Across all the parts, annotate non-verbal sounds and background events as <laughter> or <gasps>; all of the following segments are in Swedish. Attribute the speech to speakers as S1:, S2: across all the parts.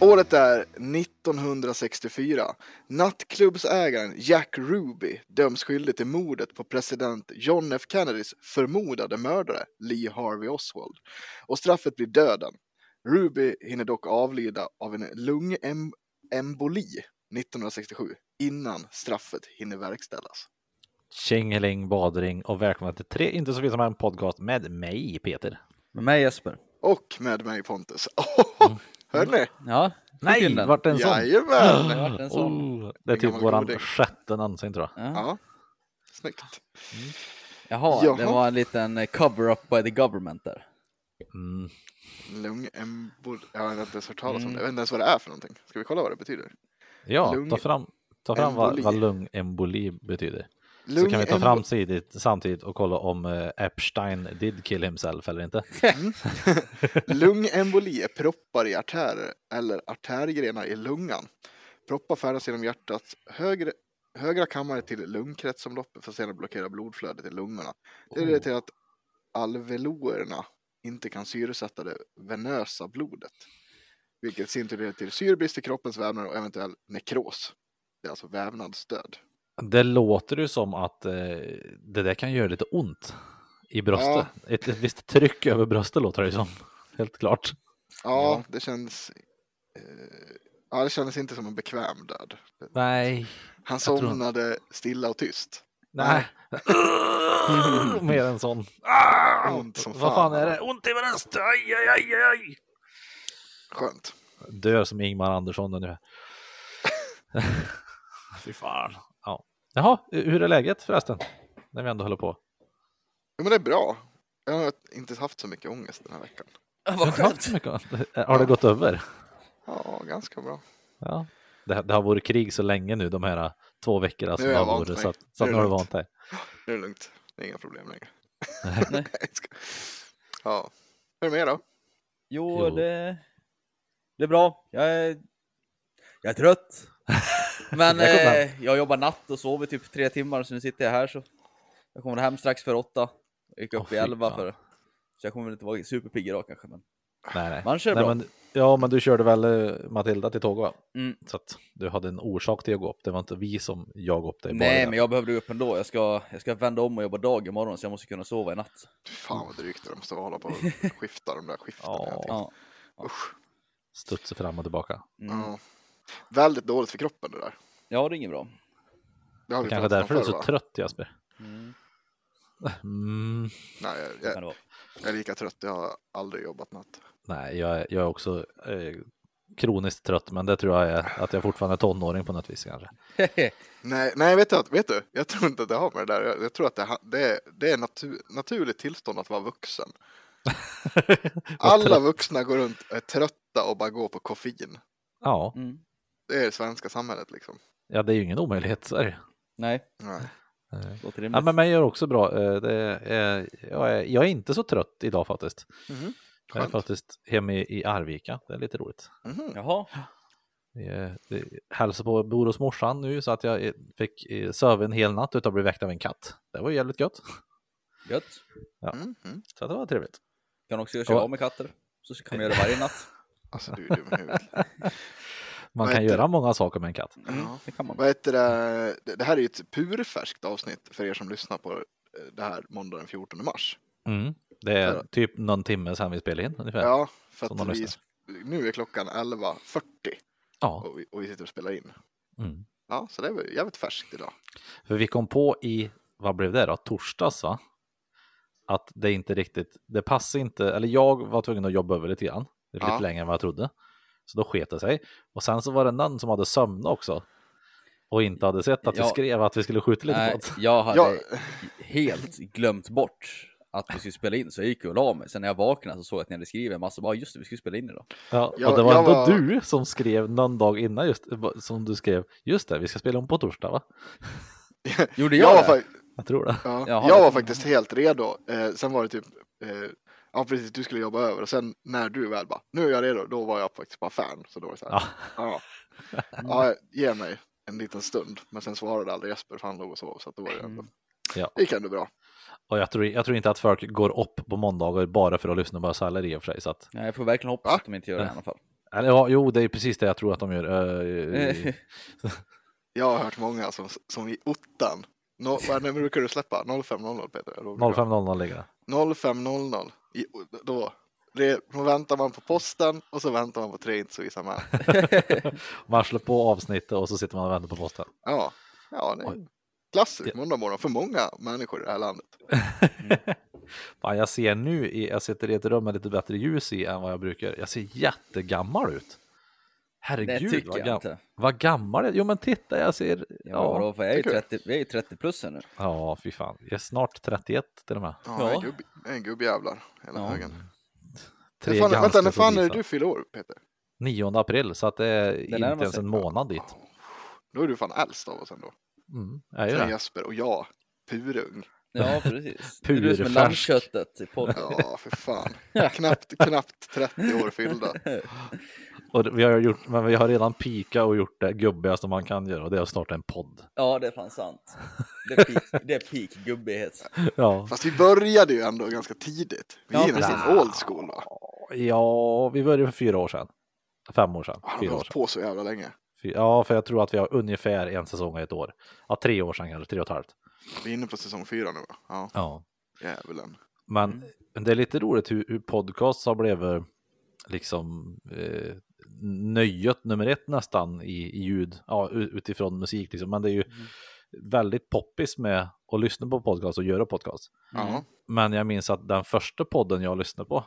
S1: Året är 1964. Nattklubbsägaren Jack Ruby döms skyldig till mordet på president John F Kennedys förmodade mördare Lee Harvey Oswald och straffet blir döden. Ruby hinner dock avlida av en lungemboli 1967 innan straffet hinner verkställas.
S2: Tjingeling badring och välkomna till tre inte så som en podcast med mig Peter.
S3: Med mig Jesper.
S1: Och med mig Pontus. <laughs> Oh, hörni!
S3: Ja,
S2: Nej,
S3: in den.
S2: vart en sån?
S1: Jajamän!
S3: det vart en sån.
S2: Oh, det är
S1: En
S2: typ
S1: gammal goding.
S2: våran sjätte någonsin tror jag.
S3: Ja.
S1: Ja, snyggt.
S3: Jaha, det
S1: Jaha.
S3: var en liten eh, cover-up by the government där.
S2: Mm.
S1: Lungemboli. Jag har inte ens hört talas om
S3: Mm.
S1: det. Jag vet inte ens vad det är för någonting. Ska vi kolla vad det betyder?
S2: Ja,
S1: Lung-
S2: ta fram, ta fram vad,
S1: emboli.
S2: vad lungemboli betyder. Så kan vi ta
S1: Lungembo-
S2: fram sidigt, samtidigt och kolla om eh, Epstein did kill himself eller inte.
S1: Lungemboli är proppar i artärer eller artärgrenar i lungan. Proppar färdas genom hjärtats högre, högra kammare till lungkretsomloppet för att sedan blockera blodflödet i lungorna.
S2: Oh.
S1: Det leder till att alveolerna inte kan syresätta det venösa blodet. Vilket i sin tur leder till syrebrist i kroppens vävnader och eventuell nekros. Det är alltså vävnadsdöd.
S2: Det låter ju som att eh, det där kan göra lite ont i bröstet. Ett, ett visst tryck över bröstet låter det ju som. Helt klart.
S1: Ja,
S3: Ja.
S1: det känns... Eh, ja, det kändes inte som en bekväm död.
S2: Nej.
S1: Han
S2: tror-
S1: somnade stilla och tyst.
S2: Nej. <laughs> Mer än sån.
S1: Ont som
S2: Vad
S1: fan.
S2: Ah, fan är det? Ont i bröstet! Aj, aj, aj, aj!
S1: Skönt.
S2: Dör som Ingmar Andersson ungefär. <laughs> Fy fan. Ja. Jaha, hur är läget förresten? När vi ändå håller på.
S1: Ja, men det är bra. Jag har inte haft så mycket ångest den här veckan.
S3: Ja, Vad
S2: Jag har inte
S3: skönt.
S2: så mycket <laughs> ångest. Har det gått över?
S1: Ja, ganska bra.
S2: Ja. Det, det har varit krig så länge nu, de här två veckorna som
S1: Nu är
S2: det
S1: jag
S2: har
S1: vant
S2: varit.
S1: mig.
S2: Så, att- så att
S1: Nu är det
S2: nu har du
S1: lugnt.
S2: vant dig.
S1: Nu är det lugnt. Det är inga problem längre. <laughs>
S2: <laughs>
S3: Nej.
S1: Jag ska- ja. Hur är det med er då?
S3: Jo,
S2: Jo.
S3: det, det är bra. Jag är, jag är trött. Men
S2: Där kom den.
S3: eh, jag jobbar natt och sover typ tre timmar, så nu sitter jag här. Så jag kommer hem strax före åtta. Jag gick upp
S2: Åh,
S3: i
S2: fy
S3: elva
S2: fan.
S3: för Så jag kommer väl inte vara superpigg idag kanske. Men
S2: Nej, nej.
S3: man kör
S2: nej
S3: bra.
S2: men, ja, men du körde väl eh, Matilda till tåg va?
S3: Mm.
S2: Så att du hade en orsak till att gå upp. Det var inte vi som jagade upp dig. bara
S3: Nej,
S2: det.
S3: men jag behövde gå upp ändå. Jag ska, jag ska vända om och jobba dag imorgon, så jag måste kunna sova i natt.
S1: Fan vad drygt det är. de måste hålla
S2: <laughs>
S1: på och skifta de där skiften.
S2: Ja.
S1: hela tiden.
S3: Ja.
S1: Usch.
S2: Studsar fram och tillbaka.
S3: Mm.
S1: Ja. Väldigt dåligt för kroppen det där.
S3: ja, det är inget bra.
S1: Det har vi
S2: Kanske
S1: pratat om
S2: därför du är
S1: förr,
S2: så
S1: va?
S2: trött Jesper.
S3: Mm.
S2: Mm.
S1: Nej, jag,
S3: så
S1: jag,
S3: Kan det vara.
S1: jag är lika trött. Jag har aldrig jobbat natt.
S2: Nej, jag, är- jag är också eh, kroniskt trött, men det tror jag är att jag fortfarande är tonåring på något vis kanske.
S1: Nej, nej vet, du, vad- vet du? Jag tror inte att det har med det där Jag, jag tror att det, ha- det är, det är natur, naturligt tillstånd att vara vuxen. Alla vuxna går runt och är trötta och bara går på koffein.
S2: Ja,
S3: mm.
S1: Det är det svenska samhället liksom.
S2: ja, det är ju ingen omöjlighet. Så är det.
S3: Nej,
S1: Nej.
S2: Eh,
S3: låter rimligt.
S2: Ja, men mig gör också bra. Eh, Det är, jag, är, jag är inte så trött idag faktiskt.
S1: Mhm.
S2: Jag är
S1: Skönt.
S2: faktiskt hemma i, i Arvika. Det är lite roligt.
S1: Mhm.
S3: Jaha,
S2: Vi, eh, vi hälsar på bor hos morsan nu så att jag eh, fick eh, sova en hel natt utan att bli väckt av en katt. Det var ju jävligt gött.
S3: gött.
S1: Mhm. Mm.
S2: Så det var trevligt.
S3: Kan också göra
S2: Ja.
S3: sig av med katter. Så kan man göra det varje natt.
S1: Alltså du är dum i
S2: <laughs>
S1: huvudet.
S2: Man
S1: Vad
S2: kan
S1: heter
S2: göra många saker med en katt.
S3: Mm,
S1: Ja.
S3: Det kan man.
S1: Vad heter det? Det- Det här är ju ett purfärskt avsnitt för er som lyssnar på eh, det här måndagen 14 mars.
S2: Mm. Det är
S1: Ja.
S2: typ någon timme sedan vi spelade in ungefär. Ja.
S1: Ja, för
S2: Som
S1: att
S2: de
S1: vi,
S2: lyssnar.
S1: nu är klockan 11.40 och vi, och vi sitter och spelar in.
S2: Mm.
S1: Ja, så det är jävligt färskt idag.
S2: För vi kom på i, vad blev det då, torsdags va? Att det inte riktigt, det passar inte, eller jag var tvungen att jobba över lite grann. Det blev
S1: Ja.
S2: lite längre än vad jag trodde. Så då sket det sig. Och sen så var det någon som hade sömnat också. Och inte hade sett att
S3: Ja.
S2: vi skrev att vi skulle skjuta lite
S3: Nej,
S2: på det.
S3: jag hade
S1: Ja.
S3: helt glömt bort att vi skulle spela in, så jag gick och la mig. Sen när jag vaknade så såg jag att ni hade skrivit en massa, bara just det, vi skulle spela
S1: <laughs>
S3: in idag.
S2: Ja,
S1: jag-
S2: och det var
S1: jag
S2: ändå
S1: var-
S2: du som skrev någon dag innan just, som du skrev, just det, vi ska spela om på torsdag va?
S3: Gjorde
S1: Jag
S3: jag,
S1: var,
S3: det?
S1: fa-
S2: Jag tror det.
S1: Ja,
S3: Jaha,
S1: jag liksom- var
S3: det-
S1: faktiskt helt redo. Eh, sen var det typ, eh, ja precis, du skulle jobba över och sen när du väl bara, nu är jag redo, då var jag faktiskt bara fan. Så då var det så här,
S2: Ja.
S1: ja. <laughs> ja, ge mig en liten stund. Men sen svarade aldrig Jesper för han låg och sov, så att då var det ändå,
S3: Mm.
S2: Ja.
S1: det gick ändå bra.
S2: Och jag tror, jag tror inte att folk går upp på måndagar bara för att lyssna på Saller i och för sig. Så att
S3: Nej, jag får verkligen hoppas
S1: Va?
S2: <laughs>
S3: att de inte gör det i alla fall.
S2: Eller, ja, jo, det är precis det jag tror att de gör. Eh,
S1: Jag har hört många som, som i ottan. No, vad nummer brukar du släppa? 0500 Peter? eller vad brukar
S2: 05.00 ligger det.
S1: det vara? 0500. I, då, det, då väntar man på posten och så väntar man på tre inte så vissa män.
S2: Man slår på avsnittet och så sitter man och väntar på posten.
S1: Ja, ja det är en klassisk måndagmorgon för många människor i det här landet.
S2: Fan, jag ser nu, i, jag sitter i ett rum med lite bättre ljus i än vad jag brukar. Jag ser jättegammal ut.
S3: det
S2: Herregud,
S3: tycker
S2: vad,
S3: jag
S2: gam,
S3: inte.
S2: vad gammal jag är. Jo, men titta, jag ser...
S3: Ja,
S2: Ja,
S3: vadå, för jag är ju
S1: tycker du?
S3: 30, vi är ju 30 plus här nu.
S2: ja fy fan. Jag är snart 31 till och med.
S1: Ja,
S3: Ja.
S1: En, gubb, en gubbjävlar hela
S3: Ja.
S1: högen.
S2: Tre
S1: När fan, vänta, när
S2: ganska
S1: fan är det
S2: precisa.
S1: du fyller år Peter?
S2: 9 april, så att det är inte
S3: närmar
S2: ens
S3: sig.
S2: en månad dit.
S1: Då är du fan äldst av oss ändå.
S2: Mm, jag gör
S1: Sen
S2: det.
S1: Jesper och jag, purung.
S2: <laughs>
S3: Ja, precis.
S2: Pur
S3: du är som
S2: färsk.
S3: med lammköttet i podden.
S1: Ja, för fan. knappt, knappt 30 år fyllda.
S2: Och det- vi har, gjort, men vi har redan pika och gjort det gubbigaste man kan göra och det är att starta en
S1: <laughs>
S2: podd.
S3: Ja, det är fan sant. Det är peak, det är peak gubbighet.
S2: Ja,
S1: Fast vi började ju ändå ganska tidigt. Vi
S3: Ja,
S1: är nästan
S2: precis.
S1: old school va?
S2: ja vi började för fyra år sedan. Fem år sedan.
S1: Fan, har vi
S2: Fyra år
S1: hållit
S2: sedan.
S1: på så jävla länge.
S2: Fy- Ja, för jag tror att vi har ungefär en säsong och ett år. Ja, tre år sedan kanske, tre och ett halvt.
S1: Vi är inne på säsong fyra nu va? Ja,
S2: Ja.
S1: djävulen.
S2: Men det är lite roligt hur, hur podcasts har blivit liksom eh, nöjet nummer ett nästan i, i ljud, ja, u- utifrån musik liksom. Men det är ju väldigt poppis med att lyssna på podcast och göra podcast.
S3: Mm.
S1: Ja.
S2: Men jag minns att den första podden jag lyssnade på,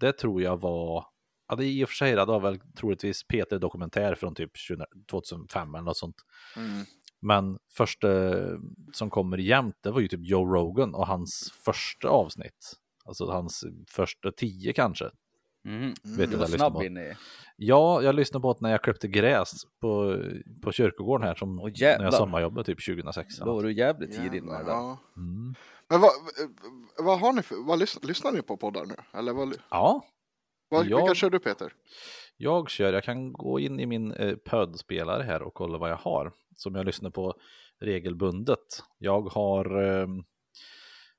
S2: det tror jag var, ja det är i och för sig, det var väl troligtvis Peter Dokumentär från typ 20- 2005 eller något sånt.
S1: Mm.
S2: Men första som kommer jämt, det var ju typ Joe Rogan och hans första avsnitt. Alltså hans första tio kanske.
S3: Mm.
S1: Mm.
S2: Vet
S3: Du
S2: jag
S3: var
S2: lyssnar
S3: snabb
S2: på.
S3: in i...
S2: Ja, jag lyssnade på det när jag klippte gräs på, på kyrkogården här som
S3: Åh, jävlar.
S2: när jag sommarjobbade typ 2006.
S3: Då var du jävligt tidig in med
S1: Jävlar,
S3: det där.
S1: ja.
S2: Mm.
S1: Men vad, vad har ni för, vad lyssnar, lyssnar ni på poddar nu? Eller vad,
S2: Ja,
S1: vad,
S2: Jag-
S1: vilka kör du Peter?
S2: jag kör, jag kan gå in i min eh, pödspelare här och kolla vad jag har som jag lyssnar på regelbundet. Jag har, eh,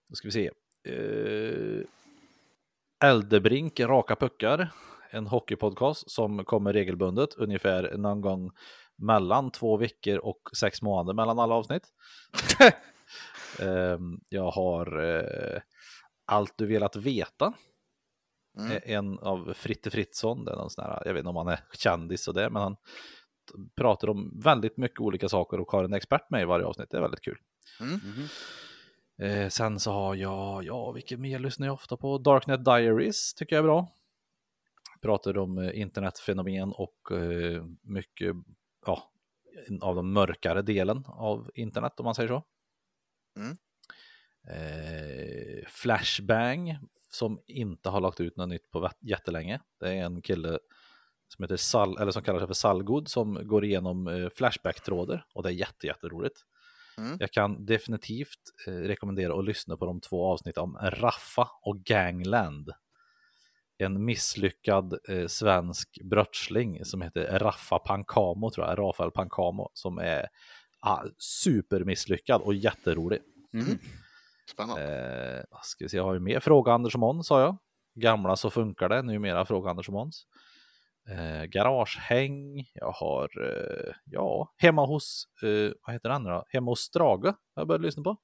S2: då ska vi se, eh, Eldebrink, Raka Puckar, en hockeypodcast som kommer regelbundet ungefär någon gång mellan två veckor och sex månader mellan alla avsnitt. Ehm, jag har eh, Allt du velat veta.
S1: Mm.
S2: Eh, En av Fritte Fritzson, det är någon sån här, jag vet inte om han är kändis och det, men han t- pratar om väldigt mycket olika saker och har en expert med i varje avsnitt. Det är väldigt kul.
S3: Mhm.
S2: Eh, sen så har jag, ja, vilket mer lyssnar jag ofta på? Darknet Diaries tycker jag är bra. Pratar om eh, internetfenomen och eh, mycket, ja, en av den mörkare delen av internet om man säger så.
S1: Mm.
S2: Eh, Flashbang som inte har lagt ut något nytt på vä- jättelänge. Det är en kille som, heter Sal, eller som kallar sig för Salgod som går igenom eh, Flashback-trådar och det är jätte, jätteroligt. Jag kan definitivt eh, rekommendera att lyssna på de två avsnitt om Raffa och Gangland. En misslyckad eh, svensk brottsling som heter Raffa Pankamo, tror jag, Rafael Pankamo, som är ah, supermisslyckad och jätterolig.
S3: Mhm.
S1: Spännande.
S2: Eh, vad ska vi se, jag har ju mer Fråga Anders och Måns, sa jag. Gamla så funkar det, numera Fråga Anders och Måns. Eh, garagehäng, jag har, eh, ja, hemma hos, eh, vad heter den då? Hemma hos Strage har jag börjat lyssna på.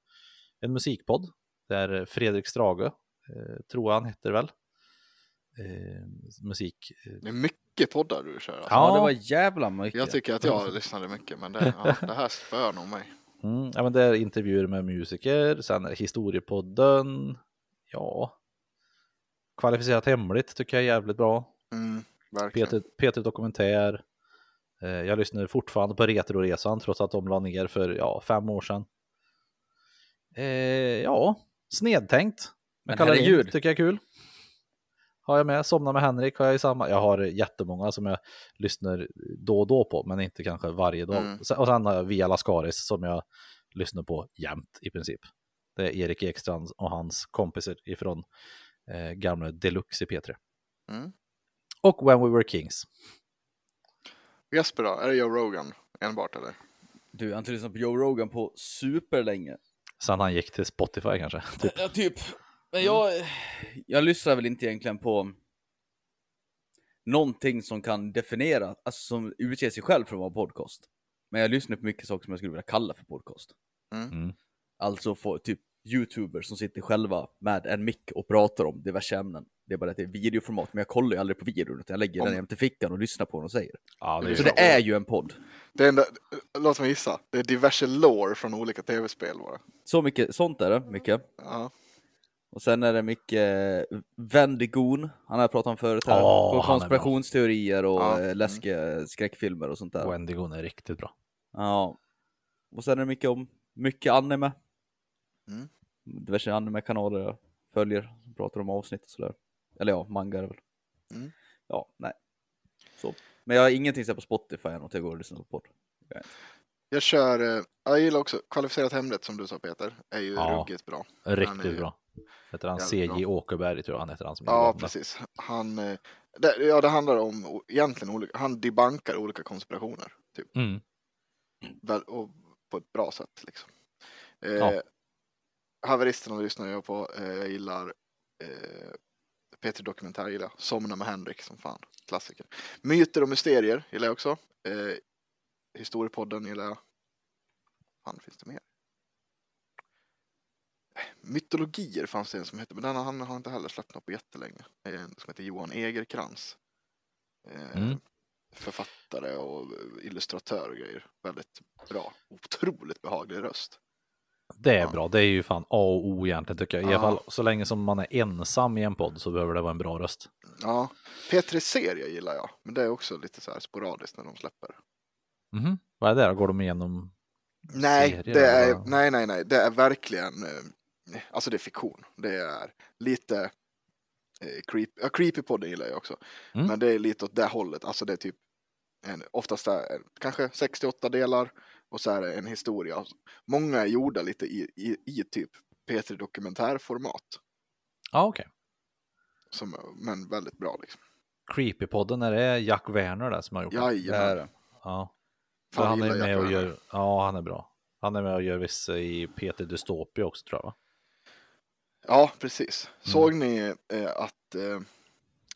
S2: En musikpodd där Fredrik Strage, eh, tror jag han heter väl, eh, musik.
S1: Det är mycket poddar du kör. Alltså.
S3: Ja, det var jävla mycket.
S1: Jag tycker att jag lyssnade mycket men det, ja, det här spöar nog mig.
S2: Mm, ja, men det är intervjuer med musiker, sen historiepodden, ja. Kvalificerat hemligt tycker jag är jävligt bra.
S1: Mm, verkligen.
S2: Peter, Peter Dokumentär. Eh, Jag lyssnar fortfarande på Retroresan trots att de la ner för ja, fem år sedan. Eh, ja, Snedtänkt.
S3: Men
S2: Med Kalle
S3: herregud.
S2: Lind tycker jag är kul. Har jag med Somna med Henrik har jag i samma. Jag har jättemånga som jag lyssnar då och då på, men inte kanske varje dag.
S1: Mm.
S2: Sen- Och sen har jag Via Lascaris som jag lyssnar på jämt i princip. Det är Erik Ekstrand och hans kompisar ifrån eh, gamla Deluxe i P3.
S1: Mm.
S2: Och When We Were Kings.
S1: Jesper då, är det Joe Rogan enbart eller?
S3: Du, jag har inte lyssnat på Joe Rogan på superlänge.
S2: Sen han gick till Spotify kanske. <laughs> Typ.
S3: Ja,
S1: Mm.
S3: typ. Men jag, jag lyssnar väl inte egentligen på... någonting som kan definiera, alltså som utger sig själv för att vara podcast. Men jag lyssnar på mycket saker som jag skulle vilja kalla för podcast.
S1: Mm.
S2: Mm.
S3: Alltså få typ youtubers som sitter själva med en mick och pratar om diverse ämnen. Det är bara att det är videoformat, men jag kollar ju aldrig på videon utan jag lägger
S1: Om-
S3: den jämte fickan och lyssnar på vad de säger.
S2: Ja, det är
S1: Så
S3: Så
S2: ju-
S3: det är ju en podd.
S1: Det enda, låt mig gissa, det är diverse lore från olika tv-spel bara.
S3: Så mycket, sånt är det, mycket.
S1: Ja.
S3: Och sen är det mycket Vendigon, han har jag pratat om förut här.
S2: Åh,
S3: På
S2: han är bra.
S3: konspirationsteorier och
S1: Ja,
S3: ja.
S1: mm.
S3: läskiga skräckfilmer och sånt där.
S2: Wendigon är riktigt bra.
S3: Ja. Och sen är det mycket om, mycket anime.
S1: Mm.
S3: Diverse anime-kanaler jag följer, som pratar om avsnitt och sådär. Eller ja, manga är det väl.
S1: Mm.
S3: Ja, nej. Så. Men jag har ingenting så här på Spotify än, att jag går och lyssnar på podd.
S1: Jag kör, eh, jag gillar också kvalificerat hemligt som du sa Peter, är ju
S2: Ja.
S1: ruggigt bra.
S2: Riktigt
S1: är ju
S2: bra. Heter han
S1: jävligt
S2: CJ Åkerberg tror jag han heter han som gjorde
S1: Ja,
S2: den där.
S1: precis. Han, eh, det, ja, det handlar om o- egentligen olika, han debankar olika konspirationer. Typ,
S2: Mm.
S1: väl, och på ett bra sätt liksom. Eh,
S2: Ja.
S1: Haveristerna lyssnar jag på, eh, jag gillar eh, Peter Dokumentär gillar jag, Somna med Henrik som fan, klassiker. Myter och mysterier gillar jag också. Eh, Historiepodden gillar jag. Fan, finns det mer? Eh, Mytologier fanns det en som hette, men den har- han har inte heller släppt något på jättelänge. Det är en som heter Johan Egerkrans. Eh,
S2: Mm.
S1: Författare och eh, illustratör och grejer. Väldigt bra. Otroligt behaglig röst.
S2: Det är
S1: Ja.
S2: bra, det är ju fan A och O egentligen tycker jag. I
S1: Ja.
S2: alla fall så länge som man är ensam i en podd så behöver det vara en bra röst.
S1: Ja, Petri Serie gillar jag, men det är också lite så här sporadiskt när de släpper.
S2: Mhm. Vad är det då? Går de igenom?
S1: Nej,
S2: serier
S1: det är,
S2: eller vad?
S1: nej, nej, nej, det är verkligen, eh, alltså det är fiktion. Det är lite eh, creep, ja, creepypodden gillar jag också,
S2: Mm.
S1: men det är lite åt det hållet. Alltså det är typ en, oftast är, det kanske 68 delar och så är det en historia. Många är gjorda lite i, i, i typ P3 Dokumentärformat,
S2: Ja, okej.
S1: som, men väldigt bra liksom.
S2: Creepypodden, är det Jack Werner där som har gjort den?
S3: Det är
S1: Jajamän,
S3: det.
S2: Ja. För
S1: Fan,
S2: han är
S1: gillar
S2: med
S1: Jack
S2: och
S1: Werner.
S2: gör, ja han är bra. Han är med och gör vissa i Peter Dystopia också tror jag va?
S1: Ja, precis. Såg ni eh, att, eh,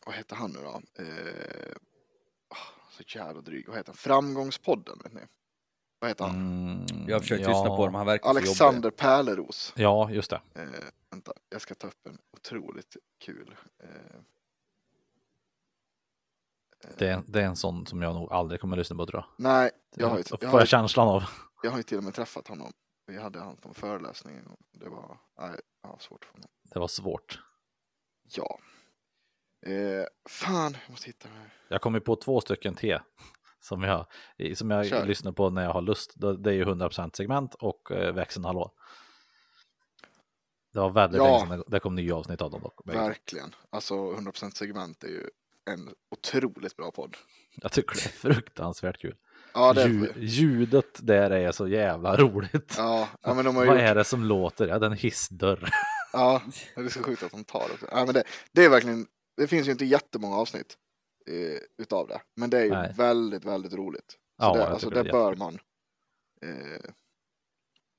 S1: vad heter han nu då? Eh, ah, så jävla dryg. Vad heter han? Framgångspodden, vet ni? Vad heter han?
S2: Mm,
S3: Jag har försökt
S2: ja.
S3: lyssna på dem, han verkar så jobbig.
S1: Alexander Pärleros.
S2: Ja, just det.
S1: Eh, vänta, jag ska ta upp en otroligt kul. Eh,
S2: Det är, det är en sån som jag nog aldrig kommer att lyssna på tror jag.
S1: nej, jag har, ju,
S2: Det
S1: jag,
S2: får
S1: har
S2: jag
S1: ju,
S2: känslan av.
S1: jag har ju till och med träffat honom. Vi hade han på en föreläsning en gång. Det var, nej, jag har svårt för honom.
S2: Det var svårt.
S1: Ja. Eh, fan, jag måste hitta den här.
S2: Jag kommer på två stycken till som jag, som jag
S1: Kör.
S2: lyssnar på när jag har lust. Det det är ju 100% segment och eh, växeln hallå. Det var väldigt
S1: Ja.
S2: länge sedan det- det kom nya avsnitt av dem dock.
S1: Verkligen. Alltså 100% segment är ju en otroligt bra podd.
S2: Jag tycker det är fruktansvärt kul.
S1: Ja, det är
S2: Ljud, ljudet där är så jävla roligt.
S1: ja, ja, men de har
S2: Vad
S1: gjort...
S2: är det som låter? Ja, det är en hissdörr.
S1: Ja, det är så sjukt att de tar också. Ja, men det, det är verkligen... Det finns ju inte jättemånga avsnitt eh, utav det, men det är ju
S2: Nej.
S1: väldigt, väldigt roligt. Så
S2: Ja,
S1: det,
S2: jag
S1: alltså,
S2: tycker det
S1: det,
S2: är
S1: bör man eh,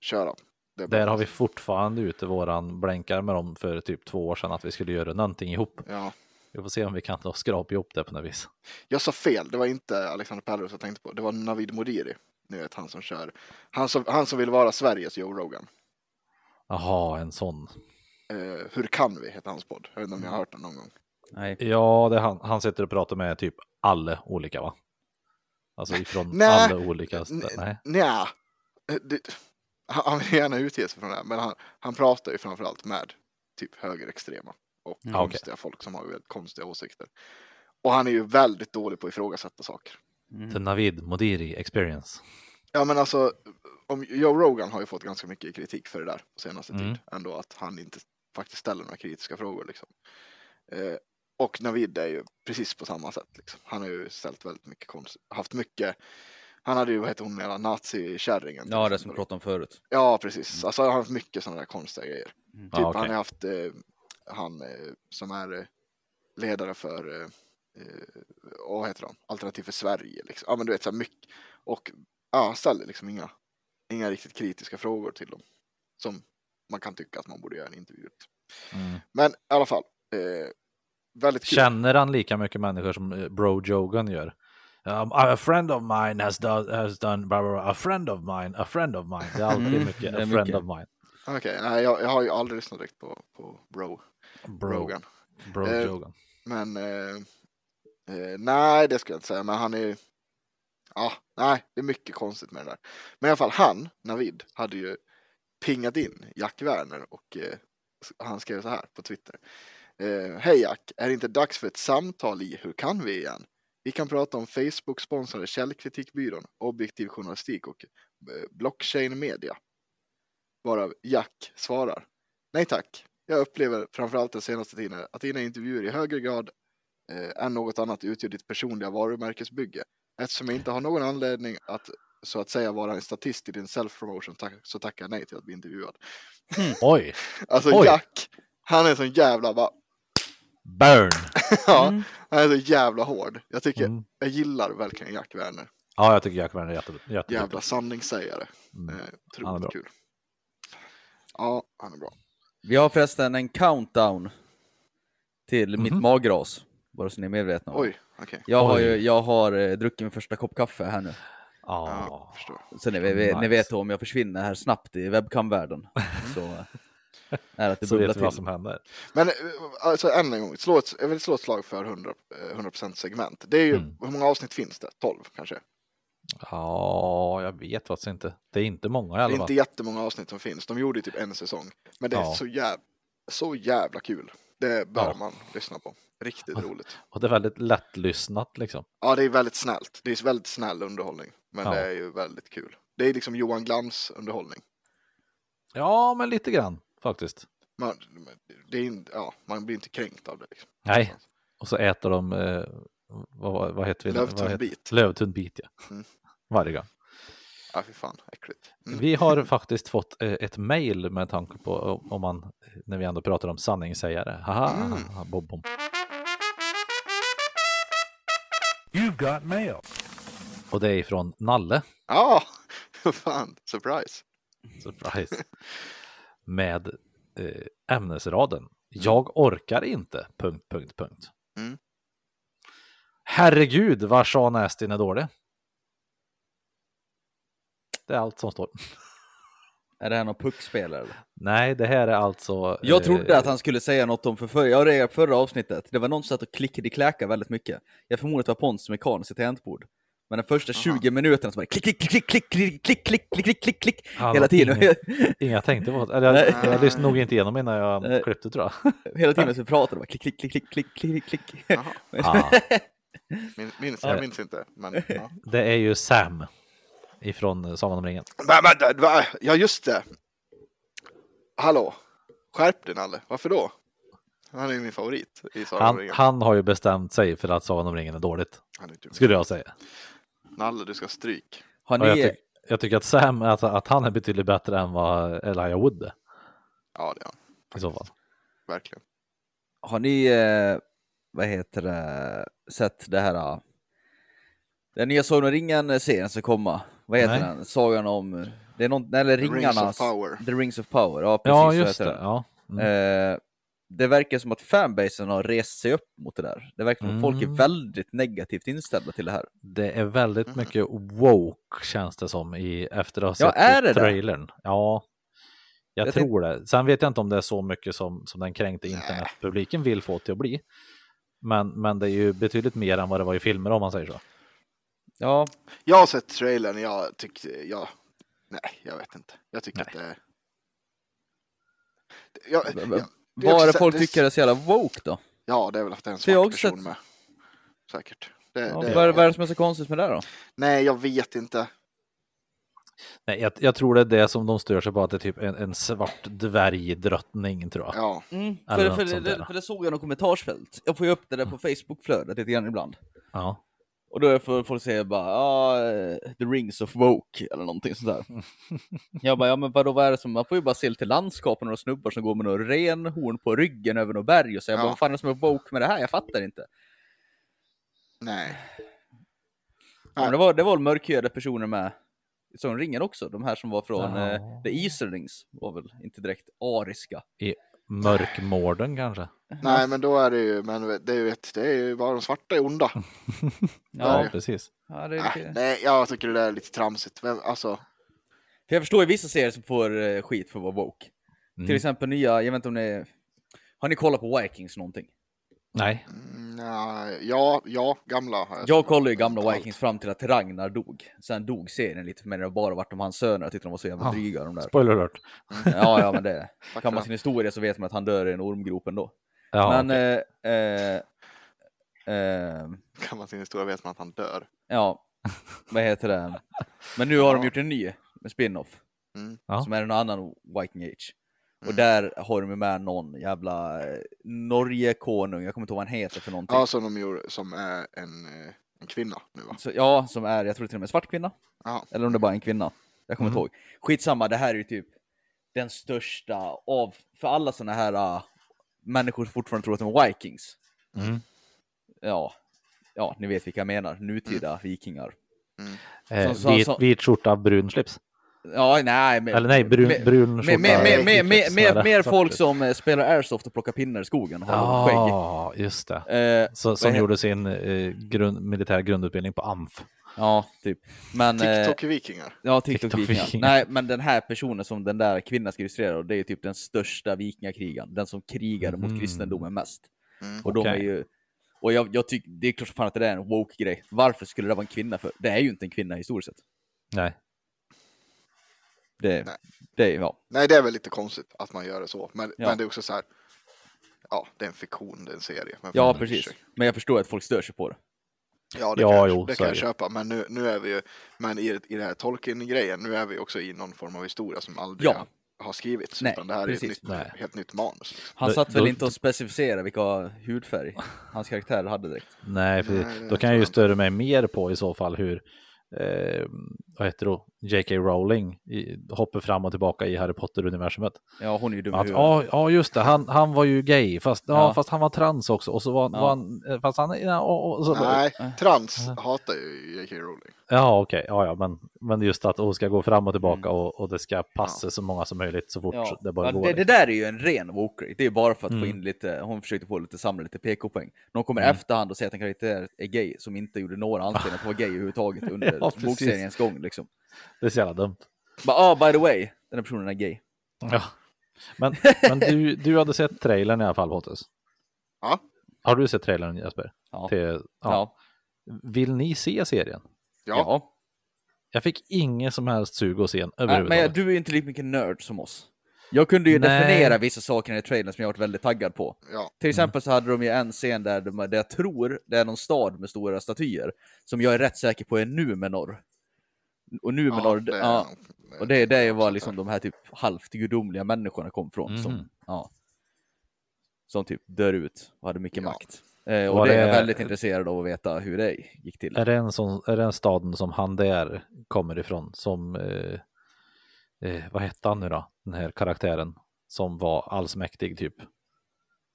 S1: köra. Det är bra.
S2: Där har vi fortfarande ute våran blänkar med dem för typ två år sedan att vi skulle göra någonting ihop.
S1: Ja.
S2: Vi får se om vi kan ta skrapa ihop det på något vis.
S1: Jag sa fel, det var inte Alexander Pärleros jag tänkte på, det var Navid Modiri. Ni vet han som kör, han som, han som vill vara Sveriges Joe Rogan.
S2: Jaha, en sån.
S1: Eh, Hur kan vi heter hans podd, jag vet inte om ni har hört den någon gång.
S3: Nej.
S2: Ja, det är han, han sitter och pratar med typ alla olika va? Alltså ifrån
S1: Nej.
S2: alla olika ställen. Nej.
S1: Nja, eh, det, han han vill gärna utge sig från det här, men han, han pratar ju framförallt med typ högerextrema och
S3: Ja,
S2: okej.
S1: konstiga folk som har väldigt konstiga åsikter. Och han är ju väldigt dålig på att ifrågasätta saker.
S2: The
S3: Mm.
S2: Navid Modiri Experience.
S1: Ja, men alltså, om, Joe Rogan har ju fått ganska mycket kritik för det där på senaste
S2: Mm.
S1: tid, ändå att han inte faktiskt ställer några kritiska frågor liksom. Eh, och Navid är ju precis på samma sätt. Liksom. Han har ju ställt väldigt mycket konst, haft mycket, han hade ju, vad heter hon, den jävla nazikärringen. till
S3: Ja, det som
S1: exempel.
S3: Mm. vi pratade om förut.
S1: Ja, precis. Alltså, han har haft mycket sådana där konstiga grejer.
S3: Mm.
S2: Ja,
S1: typ
S2: okej.
S1: han har haft eh, han eh, som är eh, ledare för, eh, eh, vad heter han, Alternativ för Sverige. Liksom. Ja, men du vet så här mycket. Och ja, han ställer liksom inga, inga riktigt kritiska frågor till dem. Som man kan tycka att man borde göra typ. i en intervju.
S2: Mm.
S1: Men i alla fall, eh, Väldigt kul.
S2: Känner han lika mycket människor som eh, Bro Jogan gör? Um, a friend of mine has, do, has done blah, blah, blah. a friend of mine, a friend of mine. Det är alltid
S3: Mm,
S2: mycket
S3: det
S2: a
S3: är
S2: friend
S3: mycket.
S2: of mine.
S1: Okej, nej, jag, jag har ju aldrig lyssnat riktigt på, på Bro,
S2: Bro,
S1: Rogan.
S2: bro
S1: Eh,
S2: Jogan.
S1: Men eh, eh, nej, det skulle jag inte säga. Men han är ju... Ja, nej, det är mycket konstigt med det där. Men i alla fall han, Navid, hade ju pingat in Jack Werner och eh, s- han skrev så här på Twitter. Eh, Hej Jack, är det inte dags för ett samtal i Hur kan vi igen? Vi kan prata om Facebook-sponsrade Källkritikbyrån, objektiv journalistik och eh, blockchain media. Varav Jack svarar. Nej tack. Jag upplever framförallt den senaste tiden att dina intervjuer i högre grad eh, än något annat utgör ditt personliga varumärkesbygge. Eftersom jag inte har någon anledning att så att säga vara en statist i din self-promotion tack, så tackar jag nej till att bli intervjuad.
S2: Oj,
S1: Alltså
S2: Oj.
S1: Jack, han är så jävla bara,
S2: burn!
S1: <laughs> ja,
S3: Mm.
S1: han är så jävla hård. Jag tycker,
S2: Mm.
S1: jag gillar verkligen Jack Werner.
S2: Ja, jag tycker Jack Werner är jätte, jätte,
S1: Jävla sanningssägare.
S2: Mm.
S1: Eh,
S2: Han är bra.
S1: otroligt kul. Ja, han är bra.
S3: Vi har förresten en countdown till
S2: Mhm.
S3: mitt magras. Bara så ni är medvetna om.
S1: Oj, okej.
S3: Jag har,
S2: Oj.
S3: ju, jag har eh, druckit min första kopp kaffe här nu.
S2: Ja.
S1: Ja, förstår.
S3: Så ni,
S2: Nice.
S3: ni vet om jag försvinner här snabbt i webcam-världen. Så eh, är det att det
S2: Så
S3: bubblar
S2: vet vi vad
S3: till.
S2: som händer.
S1: Men eh, alltså än en gång, slå ett, jag vill slå ett slag för 100, eh, 100% segment. Det är ju,
S2: Mm.
S1: hur många avsnitt finns det? 12 kanske?
S2: Ja, jag vet faktiskt inte. Det är inte många i
S1: Det
S2: alla
S1: är inte
S2: fall.
S1: jättemånga avsnitt som finns. De gjorde ju typ en säsong. Men det är
S2: Ja.
S1: så, jäv, så jävla kul. Det bör
S2: Ja.
S1: man lyssna på. Riktigt roligt.
S2: Och det är väldigt lättlyssnat liksom.
S1: Ja, det är väldigt snällt. Det är väldigt snäll underhållning. Men
S2: Ja.
S1: det är ju väldigt kul. Det är liksom Johan Glans underhållning.
S2: Ja, men lite grann faktiskt.
S1: Man, det är, in- ja, man blir inte kränkt av det. Liksom.
S2: Nej, och så äter de, eh, vad, vad heter vi?
S1: Lövtunbit.
S2: Lövtunbit, ja.
S1: Mm.
S2: Varje gång.
S1: Ja, fy fan, äckligt. Mm.
S2: Vi har <laughs> faktiskt fått eh, ett mejl med tanke på om man, när vi ändå pratar om sanningssägare. Haha,
S1: Mm.
S2: haha, bom, bom.
S4: You've got mail.
S2: Och det är från Nalle.
S1: Ja, <laughs> fan, surprise.
S2: Surprise. Med eh, ämnesraden. Jag orkar inte. Punkt, punkt, punkt.
S1: Mm.
S2: Herregud vad Sean Astin är dålig. Det är allt som står.
S3: Är det här någon puckspel eller?
S2: Nej, det här är alltså.
S3: Jag
S2: eh,
S3: trodde att han skulle säga något om förfölja. Jag reagerade på förra avsnittet. Det var någon som satt och klickade väldigt mycket. Jag förmodar att det var Pons som är karlens i tangentbord. Men de första
S1: Aha.
S3: 20 minuterna så var det klick, klick, klick, klick, klick, klick, klick, klick, klick, klick, klick,
S2: han har
S3: hela tiden.
S2: Inga, inga tänkte på. Eller, jag,
S1: Nej.
S2: jag lyssnade nog inte igenom innan jag
S3: Nej.
S2: klippte tror jag.
S3: hela tiden så pratade de bara klick, klick, klick, klick, klick, klick, klick. <laughs>
S1: Jaha,
S2: Ah,
S1: min, minns,
S2: Ja.
S1: jag minns inte. Men, ja.
S2: det är ju Sam ifrån eh, Sagan om ringen.
S1: Va- va- va- va- ja, just det. Hallå, skärp dig Nalle. Varför då? Han är min favorit i Sagan om
S2: Han,
S1: ringen.
S2: han har ju bestämt sig för att Sagan om ringen är dåligt.
S1: Han är dum.
S2: Skulle jag säga.
S1: Nalle, du ska stryk.
S3: Har
S2: Och jag,
S3: ni,
S2: tyck, jag tycker att Sam, att, att han är betydligt bättre än vad Elijah Wood är.
S1: Ja, det är han.
S2: I så fall.
S1: Verkligen.
S3: har ni eh, vad heter det, sett det här? eh, Den nya Sagan om ringen-serien som komma. Vad
S2: Nej.
S3: heter den? Sagan om... Det är någon, eller
S1: The
S3: ringarnas...
S1: Rings of Power.
S3: The Rings of Power. Ja, precis
S2: Ja,
S3: så
S2: just
S3: heter
S2: det.
S3: den.
S2: Ja. Mm.
S3: Eh, det verkar som att fanbasen har rest sig upp mot det där. Det verkar som att folk
S2: Mm.
S3: är väldigt negativt inställda till det här.
S2: Det är väldigt mycket woke känns det som i, efter att ha sett
S3: Ja, är det det?
S2: trailern. Ja, jag,
S3: Jag
S2: tror det. Sen vet jag inte om det är så mycket som, som den kränkta internetpubliken vill få till att bli. Men, men det är ju betydligt mer än vad det var i filmer om man säger så.
S3: Ja,
S1: Jag har sett trailern. Jag tyckte, jag, nej, jag vet inte. Jag tycker
S2: Nej.
S1: att det är... Jag,
S3: v-
S1: jag, det är
S3: vad är det
S1: också-
S3: folk
S1: det är-
S3: tycker är så jävla woke då?
S1: ja, det är väl att det är en
S3: För jag har
S1: svart
S3: också
S1: person
S3: sett-
S1: med. Säkert. Det,
S2: Ja,
S1: det,
S3: Vad är, vad är det som är så konstigt med det här då?
S1: Nej, jag vet inte.
S2: Nej, jag, jag tror det är det som de stör sig på, att det är typ en, en svart dvärgdrottning tror jag.
S1: Ja,
S2: Eller
S3: Mm. För,
S2: något
S3: för,
S2: sånt där. Mm.
S3: det, för det såg jag i något kommentarsfält. Jag får ju upp det där på Facebook-flödet lite grann ibland.
S2: ja.
S3: Och då får folk säga bara ja, eh, the rings of woke eller någonting sånt
S2: <laughs>
S3: där. jag bara, ja men vadå, vad är det som, man får ju bara se lite landskap och några snubbar som går med några renhorn på ryggen över något berg och säga
S1: Ja.
S3: bara, vad fan är det som är woke med det här? Jag fattar inte.
S1: nej.
S3: Ja, men det var, det var väl mörkhyade personer med i Sagan om ringen också. De här som var från
S2: Ja.
S3: eh, The Easterlings var väl inte direkt ariska.
S2: Mörkmården kanske?
S1: Nej, men då är det ju, men det är ju, ett, det är ju bara de svarta är onda.
S2: Ja,
S1: Ja.
S2: precis.
S3: ja det är
S1: Äh,
S3: lite...
S1: nej, jag tycker det där är lite tramsigt. Vem, alltså,
S3: För jag förstår ju vissa serier som får eh, skit för att vara woke.
S2: Mm.
S3: Till exempel nya, jag vet inte om ni... Har ni kollat på Vikings någonting?
S2: Nej,
S1: mm, nej, ja, ja, gamla. har
S3: Jag kollade ju gamla
S1: Inte Alltså, allt.
S3: Vikings fram till att Ragnar dog. Sen dog serien lite för mig, det bara vart om hans söner. Jag tyckte de var så jävla
S2: Ja.
S3: dryga de där.
S2: spoiler alert.
S3: Ja, ja men det.
S1: Tack
S3: Kan
S1: för
S3: man
S1: Ah. det.
S3: sin historia så vet man att han dör i en ormgrop ändå.
S2: Ja,
S3: men...
S2: okej.
S3: Eh, eh, eh,
S1: Kan man sin historia vet man att han dör. <laughs>
S3: ja, vad heter det? Men nu har de
S1: Ja.
S3: gjort en ny med spin-off.
S1: Mm.
S2: Ja.
S3: Som är en annan Viking Age. Och
S1: Mm.
S3: där har de ju med någon jävla eh, Norge-konung, jag kommer inte ihåg vad han heter för någonting.
S1: Ja, som de gjorde, som är en, eh, en kvinna nu va?
S3: Så, ja, som är, jag tror till och med en svart kvinna.
S1: Ja.
S3: Eller om det bara är en kvinna. Jag kommer
S2: Mm.
S3: inte ihåg. Skitsamma, det här är ju typ den största av, för alla sådana här äh, människor som fortfarande tror att de är vikings.
S2: Mm.
S3: Ja, ja ni vet vilka jag menar. Nutida
S1: Mm.
S3: vikingar.
S2: Eh,
S3: så-
S2: vit,
S3: så-
S2: vit skjorta, brun slips.
S3: Ja, nej, men...
S2: Eller nej, brun,
S3: med-
S2: brun skjorta.
S3: Med, med, med, med,
S2: vit
S3: med,
S2: slips,
S3: med,
S2: snarare.
S3: mer folk som eh, spelar airsoft och plockar pinnar i skogen och håller skägg.
S2: Ja, just det.
S3: Eh,
S2: Så, som
S3: heter-
S2: gjorde sin eh, grund, militär grundutbildning på AMF.
S3: ja, typ. Men, eh,
S1: TikTok-vikingar.
S3: Ja, TikTok,
S2: TikTok
S3: vikingar.
S2: vikingar.
S3: Nej, men den här personen som den där kvinnan ska illustrera, och det är ju typ den största vikingakrigaren. Den som krigade
S2: Mhm.
S3: mot kristendomen mest.
S1: Mm.
S3: Och de
S2: Okej.
S3: är ju... Och jag, jag tycker, det är klart som fan att det där är en woke-grej. Varför skulle det vara en kvinna för? Det är ju inte en kvinna historiskt sett.
S2: Nej.
S3: Det,
S1: Nej.
S3: det är, ja.
S1: Nej, det är väl lite konstigt att man gör det så. Men,
S3: Ja.
S1: men det är också så här. Ja, det är en fiktion, det är en serie. Men
S3: ja,
S1: fan,
S3: precis.
S1: ursäkta.
S3: Men jag förstår att folk stör sig på det.
S1: Ja, det
S2: Ja,
S1: kan, jag-
S2: jo,
S1: det
S2: så är
S1: kan jag
S2: det.
S1: köpa. Men nu, nu är vi ju, men i, det- i det här Tolkien-grejen, nu är vi också i någon form av historia som aldrig
S3: Ja.
S1: har skrivits.
S3: Nej,
S1: utan det här är
S3: precis.
S1: ett nytt,
S2: Nej.
S1: helt nytt manus. liksom.
S3: Han
S2: Då-
S3: satt väl
S2: då-
S3: inte och specificerade vilka hudfärg hans karaktär hade direkt.
S2: Nej, precis.
S1: Nej, det
S2: då
S1: tror
S2: kan jag
S1: jag
S2: ju
S1: inte.
S2: störa mig mer på i så fall hur, eh, vad heter det då, J.K. Rowling i, hoppar fram och tillbaka i Harry Potter-universumet.
S3: Ja, hon är ju dum i
S2: Att
S3: huvudet.
S2: ja, ja, just det, han, han var ju gay, fast, ja.
S3: Ja.
S2: fast han var trans också. Och så var,
S3: Ja.
S2: var han, eh, fast han, ja, och, och så,
S1: Nej,
S3: Nej.
S1: trans hatar ju J.K. Rowling.
S2: ja okej, ja, ja, men, men just att hon ska gå fram och tillbaka och, och det ska passa så många som möjligt så fort
S3: Mm. Ja.
S2: det bara
S3: ja,
S2: går.
S3: det, det där är ju en ren woke Det är bara för att
S2: Mm.
S3: få in lite, hon försökte få lite, samla lite PK-poäng. Någon kommer i
S2: Mm.
S3: efterhand och säger att en karaktär är gay som inte gjorde några anspelningar på att vara
S2: <laughs>
S3: gay överhuvudtaget under
S2: Ja, precis.
S3: bokseriens gång. Liksom.
S2: det är så jävla dumt.
S3: Bara, ah, by the way, den här personen är gay.
S2: Ja. Men, men du, du hade sett trailern i alla fall, Pontus?
S1: Ja.
S2: Har du sett trailern, Jesper?
S3: Ja.
S2: Till, ja.
S3: Ja.
S2: Vill ni se serien?
S1: Ja,
S3: ja.
S2: Jag fick ingen som helst sug att se den
S3: Nej, men jag-
S2: överhuvudtaget.
S3: du är ju inte lika mycket nörd som oss. Jag kunde ju
S2: Nej.
S3: definiera vissa saker i trailern som jag varit väldigt taggad på.
S1: ja.
S3: Till exempel så hade de ju en scen där, de, där jag tror det är någon stad med stora statyer. Som jag är rätt säker på är Numenor. Och Numenor,
S1: det är
S3: ja,
S1: nog-
S3: Och det är det var
S1: sånt
S3: liksom
S1: där.
S3: de här typ halvt gudomliga människorna kom från.
S2: Mhm.
S3: Som, ja, som typ dör ut och hade mycket
S1: Ja.
S3: makt. Eh, och
S2: Var
S3: det är
S2: det-
S3: jag väldigt intresserad av att veta hur det gick till.
S2: Är, det en sån, är det en staden som han där kommer ifrån? Som, eh, eh, vad hette han nu då? Den här karaktären som var allsmäktig typ.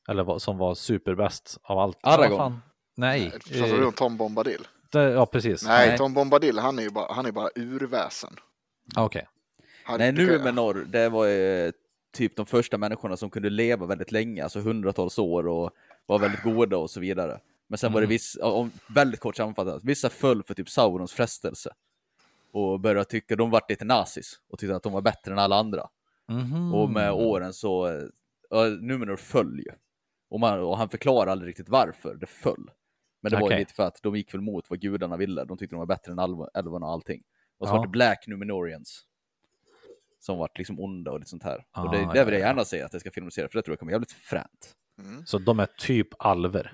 S2: Eller vad- som var superbäst av allt.
S3: Aragorn.
S2: Vad fan?
S1: Eh,
S2: Nej.
S1: Pratar du om Tom Bombadil?
S2: Eh, ja, precis.
S1: Nej,
S3: nej.
S1: Tom Bombadil, han är ju bara, han är bara urväsen.
S2: Ah, Okej.
S1: Han-
S3: Nej,
S1: det kan-
S3: nu med norr, det var eh, typ de första människorna som kunde leva väldigt länge, alltså hundratals år och var väldigt goda och så vidare. Men sen var det
S2: Mm.
S3: vissa, ja, om- väldigt kort sammanfattat, vissa föll för typ Saurons frestelse. Och började tycka, de vart lite nazis och tyckte att de var bättre än alla andra.
S2: Mhm.
S3: Och med åren så, eh, ja, Numenor föll ju. Och, man, och han förklarar aldrig riktigt varför det föll. Men det var
S2: Okej.
S3: ju lite för att de gick väl mot vad gudarna ville. De tyckte de var bättre än alv- älvorna och allting. Och så
S2: Ja.
S3: var det Black Numenorians. Som vart liksom onda och lite sånt här. och
S2: Ah,
S3: det, det vill
S2: ja,
S3: jag
S2: ja.
S3: gärna säga att det ska filmatiseras, för det tror jag kommer jävligt fränt.
S1: Mm,
S2: Så de är typ alver.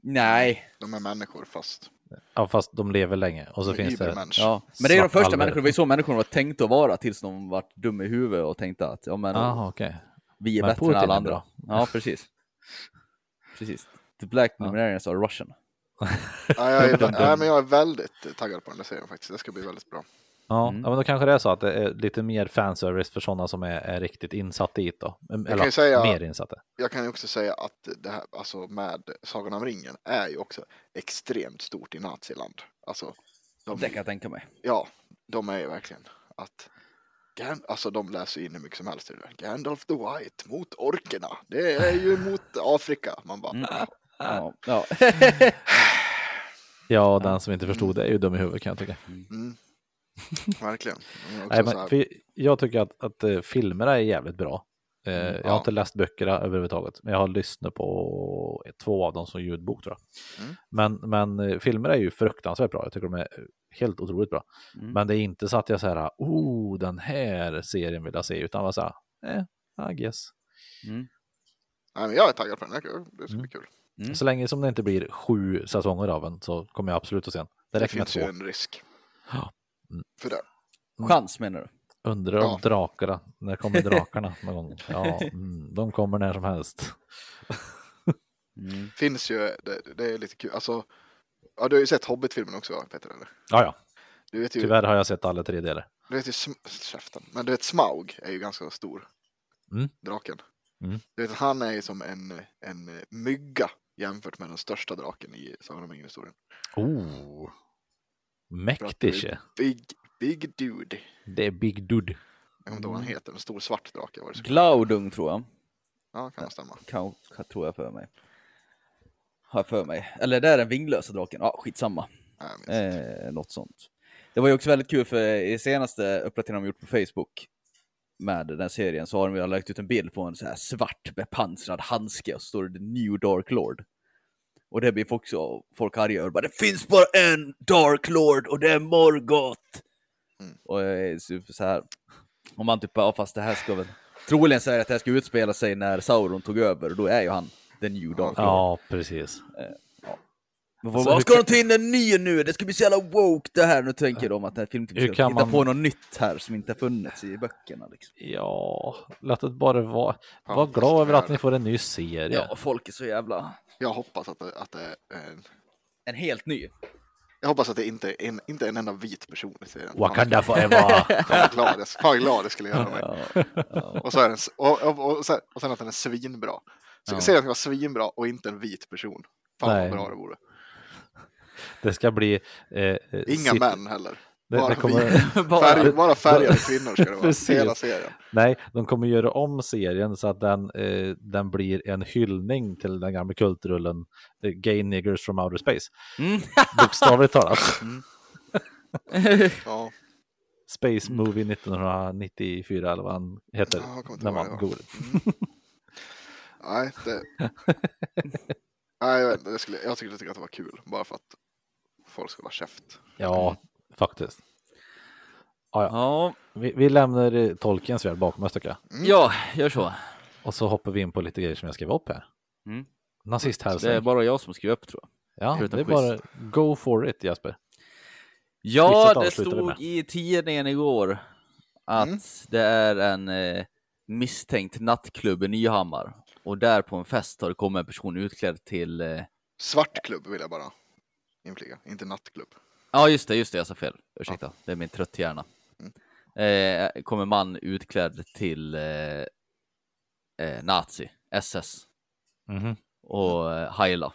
S3: Nej,
S1: de är människor fast.
S2: Ja, fast de lever länge. Och så
S1: de är
S2: finns det...
S1: Übermensch.
S3: ja. Men det är de
S2: Svart
S3: första
S2: alver.
S3: människorna, det var ju så människorna var tänkta att vara tills de vart dumma i huvudet och tänkte att ja men
S2: Jaha, okej.
S3: vi är
S2: Ah, men
S3: bättre än
S2: Putin
S3: alla
S2: är
S3: andra.
S2: bra.
S3: Ja, precis. precis. The Black Numenorians are Russian.
S1: Ja, jag, är, nej, men jag är väldigt taggad på den där serien faktiskt. Det ska bli väldigt bra.
S2: Ja,
S3: Mm.
S2: ja, men då kanske det är så att det är lite mer fanservice för sådana som är, är riktigt insatta i det då. Eller
S1: kan ju säga-
S2: mer insatta.
S1: Jag kan ju också säga att det här alltså med Sagan om ringen är ju också extremt stort i naziland. Alltså,
S3: Det
S1: de,
S3: kan jag tänka mig.
S1: ja, de är ju verkligen att Gan- alltså de läser ju in hur mycket som helst i det där. Gandalf the White mot orkerna. Det är ju mot Afrika. Man bara,
S3: Mm. Ja, ja.
S2: Ja, den som inte förstod det är ju dum i huvudet kan jag tycka.
S1: mm. verkligen. Men också
S2: Nej,
S1: så
S2: men,
S1: här,
S2: för jag tycker att, att eh, filmerna är jävligt bra. Eh, Jag har
S1: Mm, Ja.
S2: inte läst böckerna överhuvudtaget, men jag har lyssnat på två av dem som ljudbok tror jag.
S1: Mm.
S2: Men, men eh, filmer är ju fruktansvärt bra. Jag tycker de är eh, helt otroligt bra.
S3: Mm.
S2: Men det är inte så att jag säger, oh, den här serien vill jag se, utan vad så här, eh, I guess.
S1: Nej, men jag är taggad på den. här. Det ska bli
S2: Mm.
S1: kul.
S3: Mm.
S2: Så länge som det inte blir sju säsonger av en så kommer jag absolut att se den. Det
S1: Det,
S2: räcker med
S1: finns ju
S2: två.
S1: en risk.
S2: Ja. Mm.
S1: För det.
S3: <laughs> Chans menar du?
S2: Undrar om drakarna,
S1: <laughs>
S2: när kommer drakarna någon gång? Ja, mm, de kommer när som helst.
S3: Mm.
S1: finns ju, det, det är lite kul. Alltså, ja, du har ju sett Hobbit-filmen också, va, Peter? Eller?
S2: Ja, ja.
S1: Du vet ju,
S2: Tyvärr har jag sett alla tre delar.
S1: du vet ju Sm- käften. Men du vet Smaug är ju ganska stor.
S2: Mm.
S1: Draken.
S2: Mm.
S1: Du vet, han är ju som en, en mygga jämfört med den största draken i Sagan om ringen-historien.
S2: Oh.
S1: Pratar
S2: Mäktig
S1: vi-
S2: tje.
S1: Big, big dude.
S2: Det är Big Dude.
S1: Jag kommer inte ihåg vad han
S2: Mm.
S1: heter, en stor svart drake var det. så-
S3: Glaudung tror jag.
S1: Ja, kan stämma.
S3: Kan, kan, tror jag för mig. Har jag för mig. Eller det är den vinglösa draken. Ja, skitsamma.
S1: Nej, jag minns inte.
S3: Eh, något sånt. Det var ju också väldigt kul för i senaste uppdateringen de gjort på Facebook med den serien så har de ju lagt ut en bild på en så här svart bepansrad handske och så står det The New Dark Lord. Och det blir folk, så, folk arga över. bara, Det finns bara en Dark Lord och det är Morgoth!
S1: Mm.
S3: Och jag är super så här. Om man typ, ja fast det här ska väl... Troligen så är det att det här ska utspela sig när Sauron tog över och då är ju han The New Dark Lord.
S2: Ja, precis.
S3: Men
S2: Alltså,
S3: vad
S2: hur
S3: ska
S2: kan-
S3: de ta in en ny nu? Det ska bli så jävla woke det här. Nu tänker de att den här filmen typ
S2: Hur
S3: ska hitta
S2: kan man-
S3: på något nytt här som inte har funnits i böckerna. Liksom.
S2: Ja, låt det bara vara.
S1: Ja,
S2: Var glad över att
S1: här.
S2: ni får en ny serie.
S3: Ja, folk är så jävla...
S1: Jag hoppas att det, att det är en...
S3: En helt ny.
S1: Jag hoppas att det inte är en, inte är en enda vit person i serien. <laughs>
S2: Wakanda forever.
S1: Fan vad glad, jag- fan vad glad det skulle göra
S2: <laughs>
S1: mig.
S3: <laughs> Ja.
S1: Och, så är den, s- och, och, och, sen, och sen att den är svinbra. Så
S2: Ja.
S1: jag säger att den var svinbra och inte en vit person. Fan
S2: Nej.
S1: vad bra det vore.
S2: Det ska bli... Eh, eh,
S1: Inga
S2: sit-
S1: män heller.
S2: Det,
S1: bara
S2: det kommer,
S1: Färg, bara färgade kvinnor ska det vara.
S2: Precis.
S1: Hela serien.
S2: <laughs> nej, de kommer göra om serien så att den, eh, den blir en hyllning till den gamla kultrullen eh, Gay Niggers from Outer Space.
S3: Mm.
S2: Bokstavligt talat.
S1: Ja,
S2: <laughs> Space Movie 1994 eller vad han heter.
S1: Ja, jag kommer inte
S2: när
S1: ihåg vad
S2: man
S1: det var.
S2: googlade.
S1: nej det... Nej, jag, vet inte, det skulle, jag tycker tycker att det var kul. Bara för att folk ska vara käft.
S2: Ja, faktiskt. Ja, ja.
S3: Ja.
S2: Vi, vi lämnar eh, Tolkiens värld bakom oss tycker jag.
S3: ja, gör så.
S2: Och så hoppar vi in på lite grejer som jag skrev upp här.
S3: Mm.
S2: Nazisthälsning.
S3: Det är bara jag som skriver upp tror jag.
S2: ja,
S3: förutom
S2: det är
S3: quiz.
S2: bara go for it Jesper.
S3: Ja,
S2: Quizet
S3: det
S2: avslutar vi
S3: stod
S2: med.
S3: i tidningen igår att
S1: Mm.
S3: det är en eh, misstänkt nattklubb i Nyhammar. Och där på en fest har det kommit en person utklädd till... Eh...
S1: Svart klubb vill jag bara inflika, inte nattklubb.
S3: Ja, just det, just det, jag sa fel. Ursäkta, det är min trött hjärna.
S1: Mm.
S3: Eh, kommer man utklädd till eh, eh, nazi, SS
S2: Mhm.
S3: och eh, heila.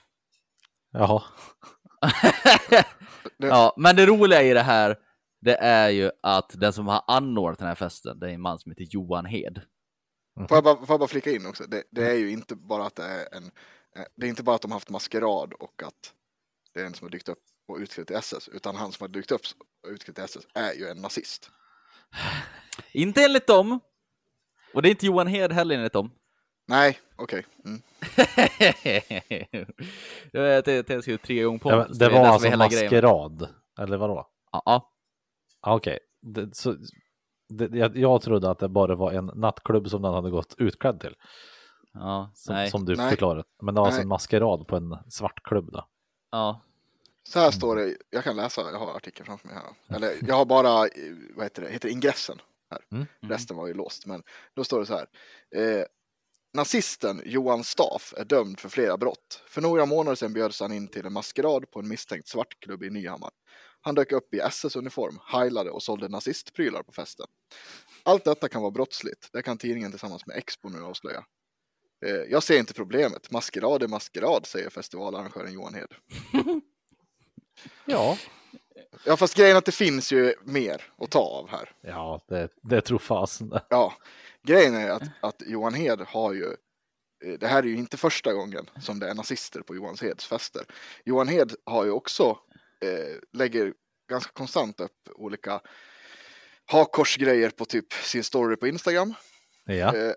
S2: Jaha,
S1: Det-
S3: ja, men det roliga i det här, det är ju att den som har anordnat den här festen, det är en man som heter Johan Hed.
S1: Får jag, bara, får jag bara flika in också? Det, det är ju inte bara att det är en... eh, Det är inte bara att de har haft maskerad och att det är en som har dykt upp och utklädd till SS, utan han som har dykt upp och utklädd till SS är ju en nazist.
S3: Inte enligt dem, och det är inte Johan Hed heller enligt dem. <laughs>
S1: Nej, okej. Mm.
S3: jag tänkte att jag skulle tre gånger på
S2: det,
S3: mig,
S2: var-
S3: så
S2: det
S3: är
S2: var
S3: som är
S2: alltså
S3: hela grejen.
S2: maskerad. Eller vadå?
S3: Ja, ja.
S2: Ah, Okej, Det- så- det- jag, jag trodde att det bara var en nattklubb som den hade gått utklädd till.
S3: ja,
S2: Som,
S3: nej.
S2: som du
S1: Nej.
S2: förklarade. Men det var alltså
S1: Nej.
S2: en maskerad på en svartklubb då.
S3: Ja.
S1: Så här står det, jag kan läsa, jag har artikeln framför mig här. Eller jag har bara, eh, vad heter det, heter det ingressen här.
S2: Mm.
S1: Resten var ju låst, men då står det så här. Eh, Nazisten Johan Staff är dömd för flera brott. För några månader sedan bjöds han in till en maskerad på en misstänkt svartklubb i Nyhammar. Han dök upp i SS-uniform, heilade och sålde nazistprylar på festen. Allt detta kan vara brottsligt, det kan tidningen tillsammans med Expo nu avslöja. Eh, jag ser inte problemet, maskerad är maskerad, säger festivalarrangören Johan Hed.
S2: Ja,
S1: Ja, fast grejen är att det finns ju mer att ta av här.
S2: Ja, det, det tror fasen det.
S1: Ja, grejen är att, att Johan Hed har ju eh, det här är ju inte första gången som det är nazister på Johan Heds fester. Johan Hed har ju också, eh, lägger ganska konstant upp olika hakorsgrejer på typ sin story på Instagram.
S2: Ja,
S1: Eh, eh,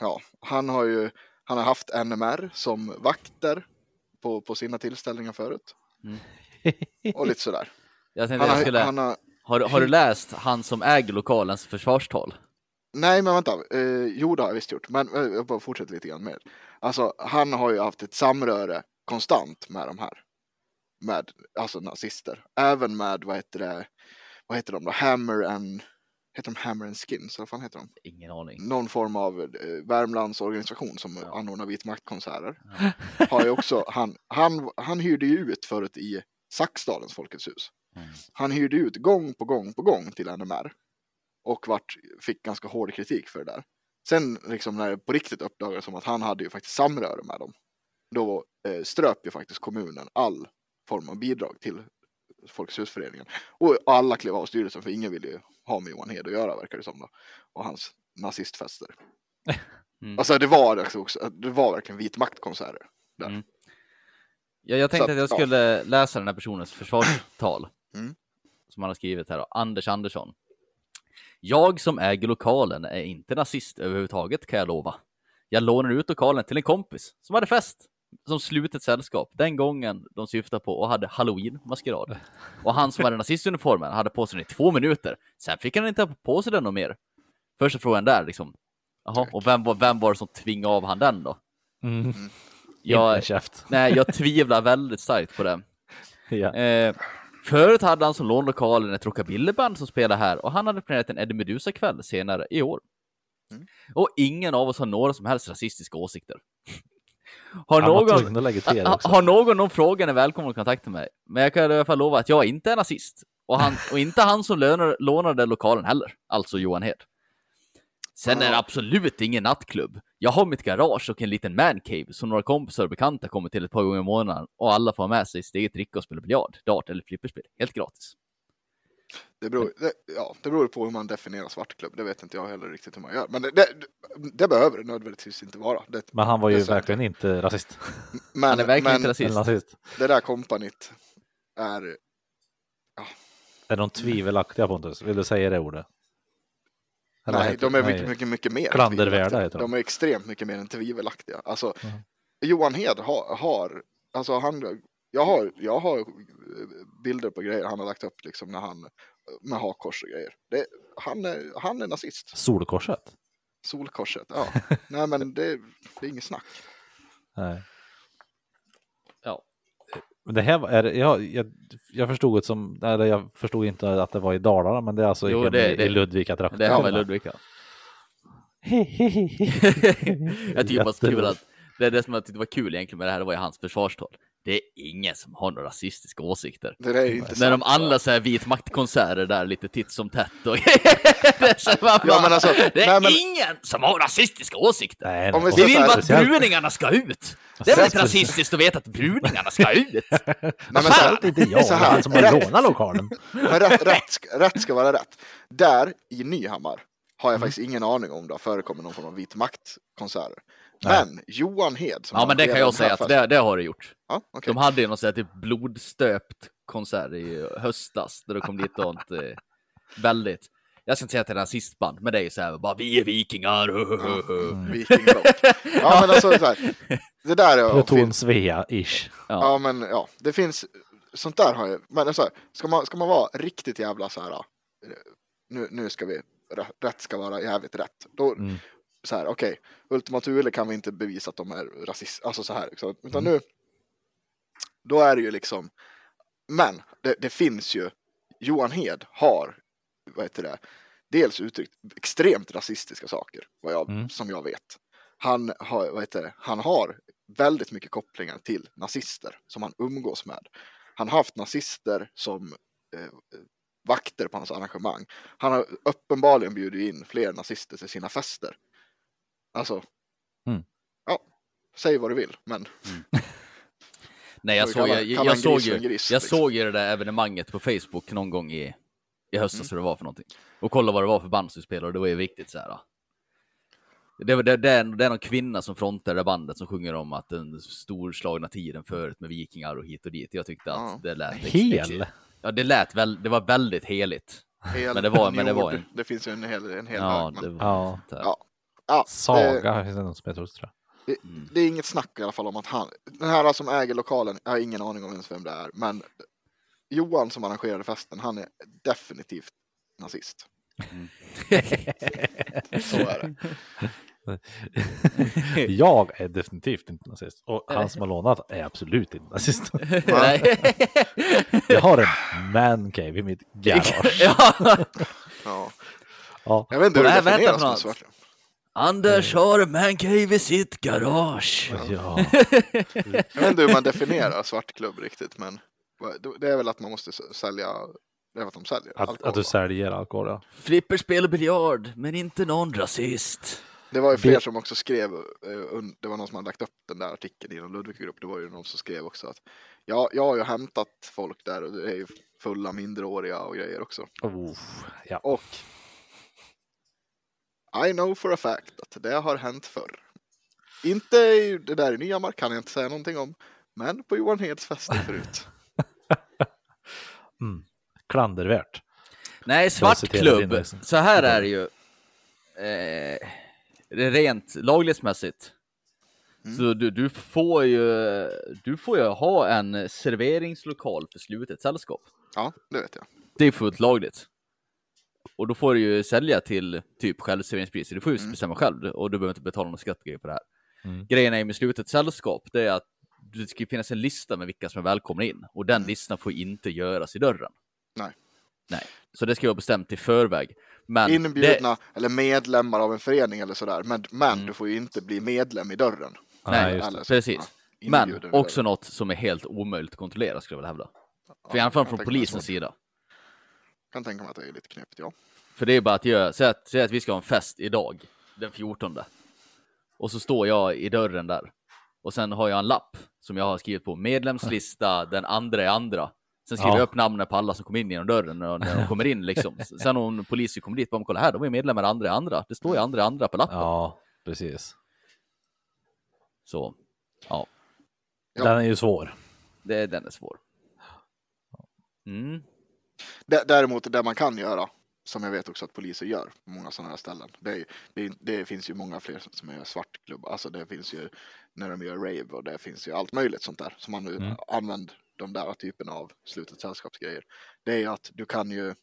S1: ja, han har ju han har haft NMR som vakter på, på sina tillställningar förut. Och lite sådär.
S3: Mm. <laughs> Jag tänkte
S1: Han
S3: jag
S1: har,
S3: skulle...
S1: han har,
S3: Har, har du läst han som äger lokalens försvarstal?
S1: nej, men vänta. Eh, jo, det har jag visst gjort. Men eh, jag bara fortsätter lite grann med. Alltså, han har ju haft ett samröre konstant med de här. Med, alltså nazister. Även med, vad heter det, vad heter de då? Hammer and, heter de Hammer and Skins? Eller vad fan heter de?
S3: Ingen aning.
S1: någon form av eh, Värmlandsorganisation som
S3: Ja.
S1: anordnar vitmaktkonserter. <laughs> Har ju också, han, han, han hyrde ju ut förut i Saxdalens Folkets hus.
S3: Mm.
S1: Han hyrde ut gång på gång på gång till NMR och vart, fick ganska hård kritik för det där. Sen liksom när det på riktigt uppdagades som att han hade ju faktiskt samröre med dem, då eh, ströp ju faktiskt kommunen all form av bidrag till Folkets husföreningen. Och alla klev av styrelsen för ingen ville ju ha med Johan Hed att göra verkar det som då. Och hans nazistfester.
S3: <laughs> Mm.
S1: Alltså det var också, också, det var verkligen vit maktkonserter. där.
S3: Mm. Jag, jag tänkte
S1: Så att,
S3: att jag
S1: ja.
S3: skulle läsa den här personens försvarstal.
S1: <clears throat> Mm.
S3: Som han har skrivit här då. Anders Andersson. Jag som äger lokalen är inte nazist överhuvudtaget kan jag lova. Jag lånar ut lokalen till en kompis som hade fest. Som slutet sällskap. Den gången de syftade på och hade halloween-maskerad. Och han som hade nazistuniformen hade på sig den i två minuter. Sen fick han inte ha på sig den någon mer. Första frågan där liksom. Jaha, och vem, var- vem var det som tvingade av han den då?
S2: mm.
S3: Jag,
S2: inte käft.
S3: Nej, jag tvivlar väldigt starkt på det.
S2: Ja.
S3: Eh, förut hade han som lånlokalen ett rockabillyband som spelar här och han hade planerat en Eddie Meduza-kväll senare i år. Och ingen av oss har några som helst rasistiska åsikter. Har
S2: Han var
S3: någon,
S2: tvungen att lägga till det
S3: Ha-
S2: också.
S3: Har någon någon fråga är välkommen att kontakta mig. Men jag kan i alla fall lova att jag inte är nazist. Och, han, och inte han som lönar, lånade lokalen heller, alltså Johan Hed. Sen är det absolut ingen nattklubb. Jag har mitt garage och en liten mancave som några kompisar och bekanta kommer till ett par gånger i månaden och alla får ha med sig sitt eget dricka och spela biljard, dart eller flipperspel. Helt gratis.
S1: Det,
S3: Mm.
S1: beror, det, ja, det beror på hur man definierar svartklubb, det vet inte jag heller riktigt hur man gör. Men det, det, det behöver det nödvändigtvis inte vara. Det,
S2: Men han var ju
S1: Det är sant.
S2: verkligen inte rasist.
S1: men
S3: Han är verkligen
S1: men
S3: inte rasist.
S2: Eller nazist.
S1: det där kompaniet är,
S2: Är de tvivelaktiga Pontus? Vill du säga det ordet? Eller vad
S1: nej,
S2: heter
S1: de är
S2: det?
S1: mycket, mycket, mycket mer. än
S2: Klandervärda
S1: tvivelaktiga.
S2: heter de.
S1: De är extremt mycket mer än tvivelaktiga. Alltså,
S2: Mm.
S1: Johan Hed har, har alltså han, jag har, jag har bilder på grejer han har lagt upp liksom när han, med hakkors och grejer. Det, han, är, han är nazist.
S2: Solkorset?
S1: Solkorset, ja. Nej men det, det är inget snack.
S2: Nej.
S3: Ja.
S2: Men det här var- är, det- jag, jag, jag förstod det som, eller jag förstod inte att det var i Dalarna, men det är alltså
S3: Jo,
S2: i,
S3: det-
S2: i
S3: det-
S2: Ludvika
S3: Men
S2: trakten.
S3: Det har
S2: <laughs>
S3: väl Ludvika. jag tycker bara så kul
S2: Jätteroligt.
S3: att det är det som jag tyckte var kul egentligen med det här, det var ju hans försvarstal. Det är ingen som har några rasistiska åsikter.
S1: Det där är ju inte
S3: När de
S1: sant, va?
S3: alla så här vit maktkonserter där lite titt som tätt och <laughs> det är, så här, man
S1: Ja, men
S3: bara,
S1: alltså,
S3: det
S1: nej,
S3: är
S1: men-
S3: ingen som har rasistiska åsikter.
S2: Nej,
S1: Om vi
S2: och
S1: ser
S3: Vi
S1: så
S3: vill
S1: här-
S3: bara att
S2: speciellt-
S3: bruningarna ska ut. Det är väl inte
S2: Speciellt-
S3: rasistiskt att veta att bruningarna
S1: <laughs>
S3: ska ut?
S1: Nej, men så här,
S2: Speciellt inte jag,
S1: så här.
S2: han som har lånat lokalen.
S1: men rätt, rätt, ska- rätt ska vara rätt. Där i Nyhammar har jag faktiskt ingen aning om det har förekommit någon form av vit makt-konserter.
S2: Nej.
S1: Men Johan Hed som
S3: Ja, men det
S1: arrangerade
S3: kan jag
S1: den här
S3: säga att
S1: festen-
S3: det, det har det gjort.
S1: Ja, okej.
S3: De hade ju någon sån här typ blodstöpt konsert i höstas där det kom dit och inte eh, väldigt. Jag ska inte säga att det är rasistband, men det är ju så här bara vi är vikingar. Mm.
S1: Vikingrock. Ja, men alltså så här. Det där är...
S2: Pluton Svea-ish.
S1: Ja, men ja, det finns sånt där har jag. Men så här, ska, man, ska man vara riktigt jävla så här, eh, nu, nu ska vi, rä- rätt ska vara jävligt rätt. Då,
S2: Mm.
S1: så här, okej, Ultima Thule kan vi inte bevisa att de är rasist, alltså så här, liksom. utan
S2: Mm.
S1: nu, då är det ju liksom, men det, det finns ju, Johan Hed har, vad heter det, dels uttryckt extremt rasistiska saker, vad jag,
S2: Mm.
S1: som jag vet. Han har, vad heter det, han har väldigt mycket kopplingar till nazister som han umgås med. Han har haft nazister som eh, vakter på hans arrangemang. Han har uppenbarligen bjudit in fler nazister till sina fester. Alltså,
S2: Mm.
S1: ja, säg vad du vill, men
S3: Nej, jag,
S1: vi
S3: såg,
S1: kallar-
S3: jag, jag,
S1: kallar en gris
S3: jag, såg,
S1: för
S3: ju,
S1: en gris,
S3: jag
S1: liksom.
S3: såg ju det där evenemanget på Facebook någon gång i, i
S1: Mm.
S3: höstas, hur det var för någonting. Och kolla vad det var för bandspelare, och det var ju viktigt så här. ja. Det, var- det, det, är, det är någon kvinna som frontar det bandet som sjunger om att den storslagna tiden förut med vikingar och hit och dit. Jag tyckte att
S1: Ja.
S3: det lät...
S2: Hel?
S3: Ja, det lät väl, det var väldigt heligt.
S1: Hel
S3: Men det var- men det var
S1: njord.
S3: en-
S1: Det finns ju en hel, en hel
S3: Ja,
S1: hög. Men,
S3: det
S1: det...
S3: var
S2: Ja.
S3: sånt där.
S1: Ja. Ja, det,
S2: Saga finns det någon som heter också, tror jag.
S1: det är inget snack i alla fall om att han, den här som äger lokalen, jag har ingen aning om ens vem det är, men Johan som arrangerade festen, han är definitivt nazist.
S2: Mm.
S1: Så är det.
S2: Jag är definitivt inte nazist. Och han som har lånat är absolut inte
S1: <laughs>
S2: nazist.
S3: <laughs> Nej.
S2: Jag har en man cave i
S1: <laughs>
S2: mitt garage.
S3: ja.
S1: Ja.
S2: Ja.
S1: Jag vet inte hur
S3: Vad
S1: det
S3: är- vad heter
S1: definieras
S3: han
S1: med
S3: för något?
S1: svart.
S3: Anders har mancave i sitt garage.
S2: Ja.
S1: Jag vet inte hur man definierar svartklubb riktigt, men det är väl att man måste s- sälja, det är vad de säljer.
S2: Att,
S1: alkohol,
S2: att du
S1: va?
S2: säljer alkohol, ja.
S3: Flipperspel och biljard, men inte någon rasist.
S1: Det var ju fler
S2: Det-
S1: som också skrev, eh, un- det var någon som hade lagt upp den där artikeln i någon Ludvig-grupp, det var ju någon som skrev också att ja, jag har ju hämtat folk där och det är ju fulla minderåriga och grejer också.
S2: Oh, ja.
S1: Och I know for a fact att det har hänt förr. Inte i det där i Nyhammar kan jag inte säga någonting om, men på Johan Heds fester förut.
S2: Mm. Klandervärt.
S3: Nej, svart
S2: citerar din
S3: klubb.
S2: läsning.
S3: Så här är det ju. Eh, det är rent laglighetsmässigt. Så du, du får ju, du får ju ha en serveringslokal för slutet sällskap.
S1: Ja, det vet jag.
S3: Det är fullt lagligt. Och då får du ju sälja till typ självserveringspriser. Du får ju
S1: Mm.
S3: bestämma själv och du behöver inte betala någon skattegrej på det här.
S2: Mm.
S3: Grejen är med slutet sällskap, det är att det ska ju finnas en lista med vilka som är välkomna in och den listan får inte göras i dörren.
S1: Mm. Nej.
S3: Nej, så det ska vara bestämt i förväg. Men
S1: Inbjudna eller medlemmar av en förening eller sådär, men, men
S3: Mm.
S1: du får ju inte bli medlem i dörren.
S3: Det,
S2: Ja,
S3: nej,
S2: just
S1: det.
S3: precis.
S1: Ja,
S3: Men
S1: inbjuden i
S3: också något som är helt omöjligt att kontrollera skulle jag vilja hävda. För i alla fall
S1: jag tänker
S3: från
S1: mig
S3: polisens
S1: så.
S3: sida.
S1: Kan tänka mig att det är lite knepigt, ja.
S3: För det är bara att göra, säg att, säg att vi ska ha en fest idag, den 14. Och så står jag i dörren där. Och sen har jag en lapp som jag har skrivit på medlemslista, den andra är andra. Sen skriver
S2: Ja.
S3: jag upp namnen på alla som kom in genom dörren när, när de kommer
S2: <laughs>
S3: in liksom. Sen om polisen kommer dit, bara kolla här, de är medlemmar andra är andra. Det står ju andra är andra på lappen.
S2: Ja, precis.
S3: Så ja,
S1: Ja.
S2: Den är ju svår.
S3: det, den är svår. Mm.
S1: Dä- Däremot det man kan göra, som jag vet också att poliser gör på många sådana här ställen. Det, är, ju- det, är, det finns ju många fler som gör svartklubb. Alltså det finns ju när de gör rave och det finns ju allt möjligt sånt där. Så man mm.
S2: Mm.
S1: använder de där typen av slutet sällskapsgrejer. Det är ju att du kan ju,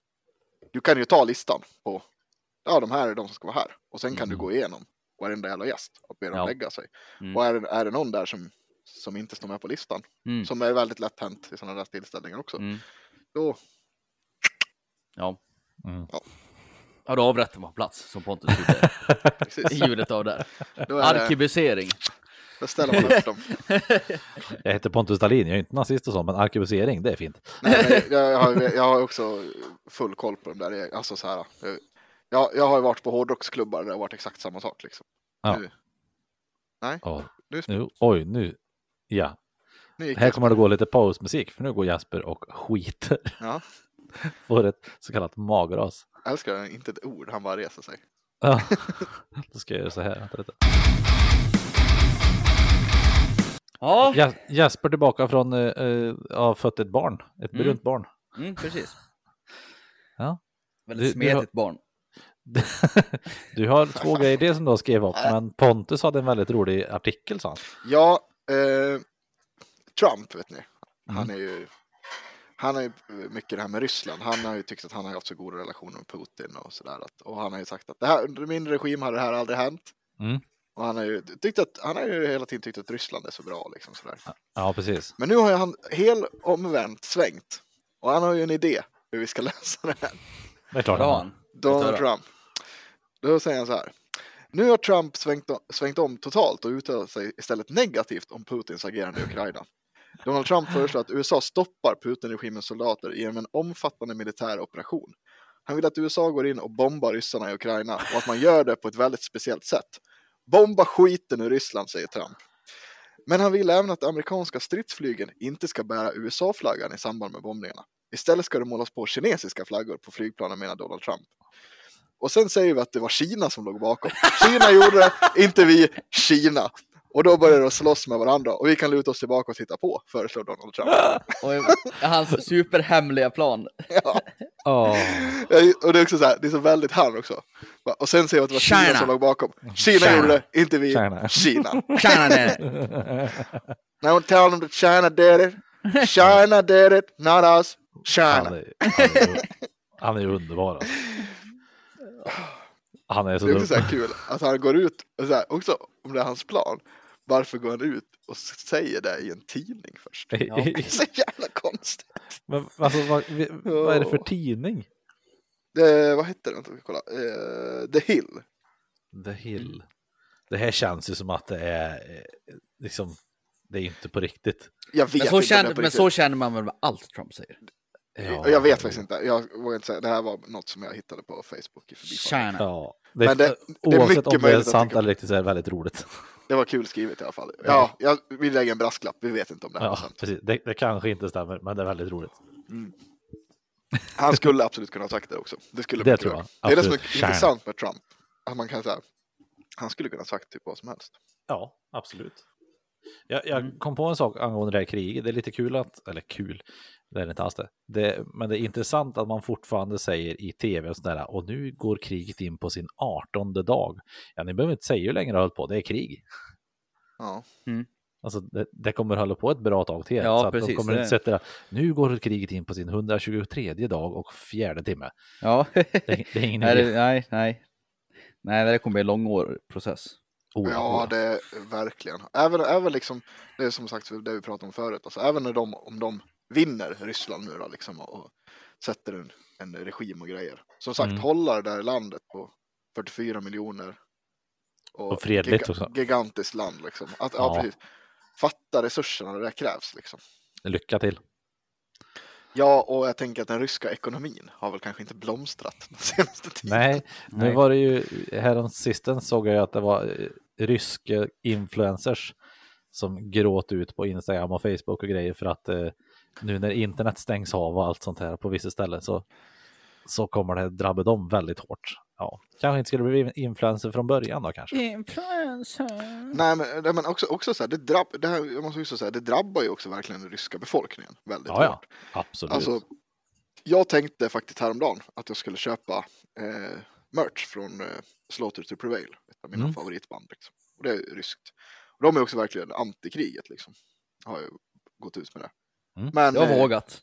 S1: du kan ju ta listan på, ja de här är de som ska vara här. Och sen kan du
S2: Mhm.
S1: gå igenom varenda jävla gäst och be dem
S3: Mm. Ja.
S1: lägga sig.
S3: Mm.
S1: Och är, det- är det någon där som, som inte står med på listan,
S3: Mm.
S1: som är väldigt lätt hänt i sådana där tillställningar också,
S3: Mm.
S1: då
S3: Ja.
S2: Mm.
S3: ja, då avrättar man på plats som Pontus
S1: <laughs>
S3: gjorde. <laughs>
S1: Precis.
S3: Ljudet av där.
S1: Då, är det,
S3: Arkebusering.
S1: då ställer man
S2: <laughs>
S1: upp dem.
S2: Jag heter Pontus Dahlin, jag är inte nazist och så, men arkebusering, det är fint.
S1: Nej, men jag, jag, har, jag har också full koll på dem där. Det är- Alltså så här, eh, jag, jag har ju varit på hårdrocksklubbar där det har varit exakt samma sak. Liksom.
S2: Ja.
S1: Nu, Nej.
S2: Ja.
S1: Nu-
S2: Nu, oj, nu. Ja,
S1: nu gick
S2: här
S1: jag-
S2: kommer det gå lite pausmusik, för nu går Jasper och skiter.
S1: Ja.
S2: <laughs> Får ett så kallat magras.
S1: Jag älskar den, inte ett ord, han bara reser sig.
S2: Ja. <laughs> Då ska jag göra så här. Vänta lite.
S3: Ja,
S2: Jas- Jasper tillbaka från eh, eh, har fött ett barn, ett
S3: Mm.
S2: brunt barn.
S3: Mm, precis.
S2: Ja.
S3: Väldigt
S2: Du- du har-
S3: smetigt barn.
S2: Du har
S1: <laughs>
S2: två grejer det som du har skrivit upp, men Pontus hade en väldigt rolig artikel sa han.
S1: Ja, eh, Trump vet ni.
S2: Mm.
S1: Han är ju han har ju mycket det här med Ryssland. Han har ju tyckt att han har haft så goda relationer med Putin och sådär. Att- Och han har ju sagt att det här, under min regim har det här aldrig hänt.
S2: Mm.
S1: Och han har ju tyckt att, han har ju hela tiden tyckt att Ryssland är så bra liksom sådär.
S2: Ja, precis.
S1: Men nu har ju han helt omvänt svängt. Och han har ju en idé hur vi ska <laughs> lösa det här.
S2: Det är klart.
S3: Bra
S2: han
S3: han.
S1: Donald
S3: höra.
S1: Trump. Då säger han så här. Nu har Trump svängt, o- svängt om totalt och uttalar sig istället negativt om Putins agerande i Ukraina. Donald Trump föreslår att USA stoppar Putin-regimens soldater genom en omfattande militär operation. Han vill att USA går in och bombar ryssarna i Ukraina och att man gör det på ett väldigt speciellt sätt. Bomba skiten ur Ryssland, säger Trump. Men han vill även att amerikanska stridsflygen inte ska bära USA-flaggan i samband med bombningarna. Istället ska det målas på kinesiska flaggor på flygplanen menar Donald Trump. Och sen säger vi att det var Kina som låg bakom. Kina gjorde det, inte vi, Kina. Och då börjar de slåss med varandra och vi kan luta oss tillbaka och titta på, föreslår Donald Trump.
S3: Och
S2: <laughs>
S3: hans superhemliga plan.
S1: Ja.
S3: <laughs>
S2: Åh,
S1: Jag- Eh, Och det är också så här, det är så väldigt han också. Va, Och sen säger vi att det var Kina,
S3: China.
S1: som låg bakom. Kina,
S2: China.
S1: gjorde det, inte vi,
S2: China.
S1: Kina.
S3: Tjena där!
S1: Now tell them that China did it. China did it, not us.
S2: han,
S1: China.
S2: är, han, är, han är
S1: <laughs>
S2: underbar alltså. Han är så
S1: Det är också så
S2: dum.
S1: här kul att han går ut, och så här, också om det är hans plan, varför går han ut och säger det i en tidning
S2: <laughs>
S1: först? Det är så jävla konstigt.
S2: Men alltså, vad, vi- vad är det för tidning?
S1: Eh, vad hette den? Ska vi kolla. Eh, The Hill.
S2: The Hill. Det här känns ju som att det är eh, liksom, det är inte på riktigt.
S1: Jag vet
S3: Men
S1: inte
S3: så,
S1: om det är
S3: känner,
S1: på
S3: men
S1: riktigt.
S3: så känner man väl med allt Trump säger?
S1: Och Jag vet faktiskt inte. Jag vågar inte säga. Det här var något som jag hittade på Facebook i förbifarten.
S3: Tjena.
S2: Ja, det är,
S1: Men det- det är
S2: oavsett
S1: mycket
S2: om det är
S1: möjligt att
S2: sant
S1: det kan-
S2: eller riktigt så är det väldigt roligt.
S1: Det var kul skrivet i alla fall. Ja, jag vill lägga en brasklapp. Vi vet inte om det här var
S2: Ja,
S1: sant.
S2: precis. Det, det kanske inte stämmer, men det är väldigt roligt.
S1: Han skulle absolut kunna ha sagt det också. Det, skulle
S2: Det
S1: mycket
S2: tror
S1: väl.
S2: jag.
S1: Det är det som
S2: Absolut.
S1: är intressant med Trump. Att man kan säga, han skulle kunna ha sagt typ vad som helst.
S2: Ja, absolut. Jag, jag
S3: Mm.
S2: kom på en sak angående det här kriget. Det är lite kul att, eller kul, det är det inte alls det. det men det är intressant att man fortfarande säger i tv och sådär, och nu går kriget in på sin 18 dag. Ja, ni behöver inte säga hur länge det har hållit på, det är krig.
S1: Ja.
S2: Alltså, det, det kommer hålla på ett bra tag till.
S3: Mm. Ja,
S2: så att de
S3: precis,
S2: kommer
S3: det-
S2: inte sätta det. Nu går kriget in på sin 123 dag och fjärde timme.
S3: Ja.
S2: Det,
S3: <laughs>
S2: är- det är ingen
S3: nej,
S2: idé.
S3: det, nej, nej. Nej, det kommer bli en långårig process.
S2: Oh,
S1: Ja,
S2: oh.
S1: det är verkligen. Även, även liksom, det är som sagt det vi pratade om förut, alltså, även när de, om de vinner Ryssland nu då, liksom, och, och sätter en, en regim och grejer. Som sagt,
S2: Mm.
S1: hålla det där landet på 44 miljoner.
S2: Och fredligt
S1: giga-
S2: också.
S1: Gigantiskt land liksom. Att, ja.
S2: Ja.
S1: precis. Fatta resurserna när det där krävs liksom.
S2: Lycka till.
S1: Ja, och jag tänker att den ryska ekonomin har väl kanske inte blomstrat den senaste tiden.
S2: Nej, nu
S3: Nej.
S2: var det ju häromsistens såg jag ju att det var eh, ryska influencers som gråt ut på Instagram och Facebook och grejer för att eh, nu när internet stängs av och allt sånt här på vissa ställen så, så kommer det drabba dem väldigt hårt. Ja, kanske inte skulle bli influencer från början då kanske.
S3: Influencer.
S1: Nej, men, nej, men också, också så här, det, drabb, det, här, jag måste också säga, det drabbar ju också verkligen den ryska befolkningen väldigt
S2: Ja, ja,
S1: hårt.
S2: absolut.
S1: Alltså, jag tänkte faktiskt häromdagen att jag skulle köpa eh, merch från eh, Slaughter to Prevail, ett av mina
S2: Mm.
S1: favoritband. Liksom. Och det är ryskt. Och de är också verkligen antikriget, liksom. Har ju gått ut med det.
S2: Mm.
S1: Men,
S3: Jag har
S1: eh,
S3: vågat.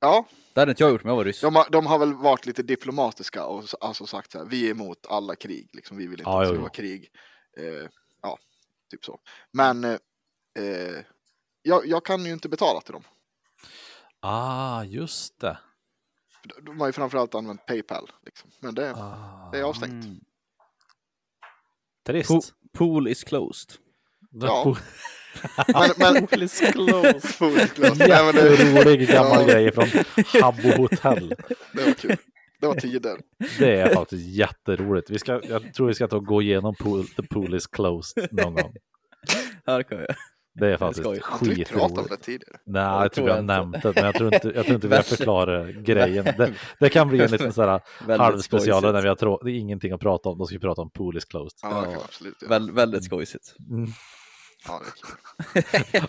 S1: ja,
S3: Det hade inte jag gjort om jag var ryss.
S1: de, har, de har väl varit lite diplomatiska och s- alltså sagt så här, vi är emot alla krig, liksom, vi vill inte
S2: Ja,
S1: att det
S2: jo,
S1: ska
S2: jo.
S1: vara krig. Eh, ja, typ så. Men eh, eh, jag, jag kan ju inte betala till dem.
S2: Ah, just det.
S1: För de- De har ju framförallt använt Paypal, liksom. men det,
S2: Ah,
S1: det är avstängt.
S2: Trist.
S3: Po- Mm. pool is closed.
S2: <laughs>
S1: ja. Men, men,
S2: Pool is
S1: <laughs>
S2: closed.
S1: Foodclub. Nej, men det,
S2: Jätterolig
S1: Ja.
S2: gammal grej från Habbo Hotel.
S1: <laughs> det var kul. Det var tider.
S2: Det är faktiskt jätteroligt. Vi ska, jag tror vi ska ta och gå igenom pool, The Pool is Closed någon gång.
S3: Här kan jag.
S2: Det är
S3: ska
S2: faktiskt
S3: vi-
S1: Har inte vi pratat om det
S2: skitroligt.
S1: tidigare?
S2: Nej,
S3: Ja, det
S2: jag tror
S3: tror
S2: vi har
S3: jag inte.
S2: nämnt det, men jag tror inte, jag tror inte vi har
S3: Värst-
S2: förklarat grejen. Det, det kan bli en liten sån här
S3: Väldigt
S2: halvspecialare när
S3: skojsigt.
S2: vi har trå- det är ingenting att prata om. Då ska vi prata om Pool is Closed.
S1: Ja, det kan
S3: Ja.
S1: vi absolut göra.
S3: Väl, väldigt skojsigt.
S2: Mm.
S1: Ja, det är kul.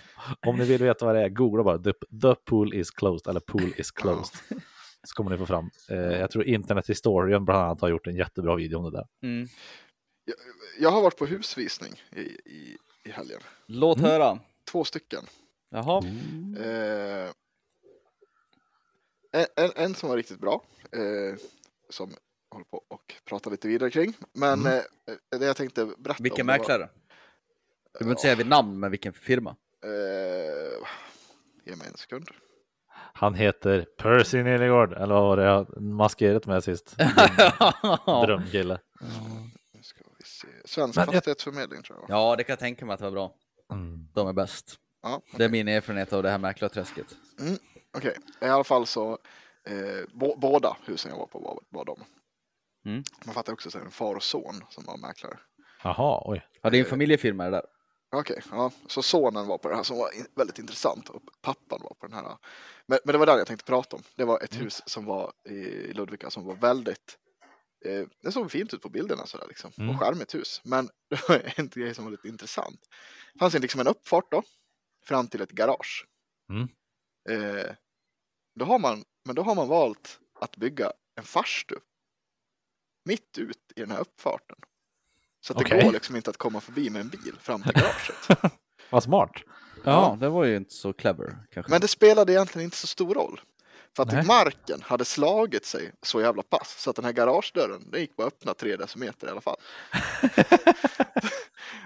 S2: Om ni vill veta vad det är, googla bara the, the Pool is Closed eller Pool is Closed. Så kommer ni få fram. Eh, jag tror Internet Historian bland annat har gjort en jättebra video om det där.
S3: Mm.
S1: Jag har varit på husvisning i, i, i helgen.
S3: Låt
S2: Mm.
S3: höra.
S1: Två stycken.
S3: Jaha.
S1: Eh, en, en, en som var riktigt bra, eh, som jag håller på och pratar lite vidare kring. Men eh, det jag tänkte berätta
S3: Mm. Vilken
S1: om det var-
S3: mäklare? Du behöver inte säga vid namn, men vilken <laughs> firma?
S1: Eh, ge mig en sekund.
S2: Han heter Percy Nilegård, eller vad var det jag maskerat med
S3: <laughs>
S2: sist? Drömkille.
S1: Nu ska vi se. Svensk
S2: Men jag-
S1: fastighetsförmedling tror jag. va?
S3: Ja, det kan jag tänka mig att det var bra.
S2: Mm.
S3: De är bäst.
S1: Ja,
S3: Det är min erfarenhet av det här mäklarträsket.
S1: Okej, i alla fall så eh, bå- båda husen jag var på var, var de.
S3: Mm.
S1: Man fattar också att det är en far och son som var mäklare.
S2: Jaha, oj.
S3: Har din familjefirma är det där?
S1: Okej, ja. Så sonen var på den här som var in- väldigt intressant och pappan var på den här. Men, men det var den jag tänkte prata om. Det var
S2: Mm.
S1: ett hus som var i Ludvika som var väldigt eh, det såg fint ut på bilderna sådär liksom.
S2: Mm.
S1: Och charmigt hus. Men <laughs> det var en grej som var lite intressant. Det fanns liksom en uppfart då. Fram till ett garage.
S2: Mm.
S1: Eh, då har man, men då har man valt att bygga en farstu. Mitt ut i den här uppfarten. Så att
S2: Okej.
S1: det går liksom inte att komma förbi med en bil fram till garaget.
S2: Vad smart.
S3: Ja, det var ju inte så clever kanske.
S1: Men det spelade egentligen inte så stor roll. För att
S2: Nej.
S1: marken hade slagit sig så jävla pass så att den här garagedörren, den gick bara att öppna tre decimeter i alla
S2: <laughs>
S1: fall.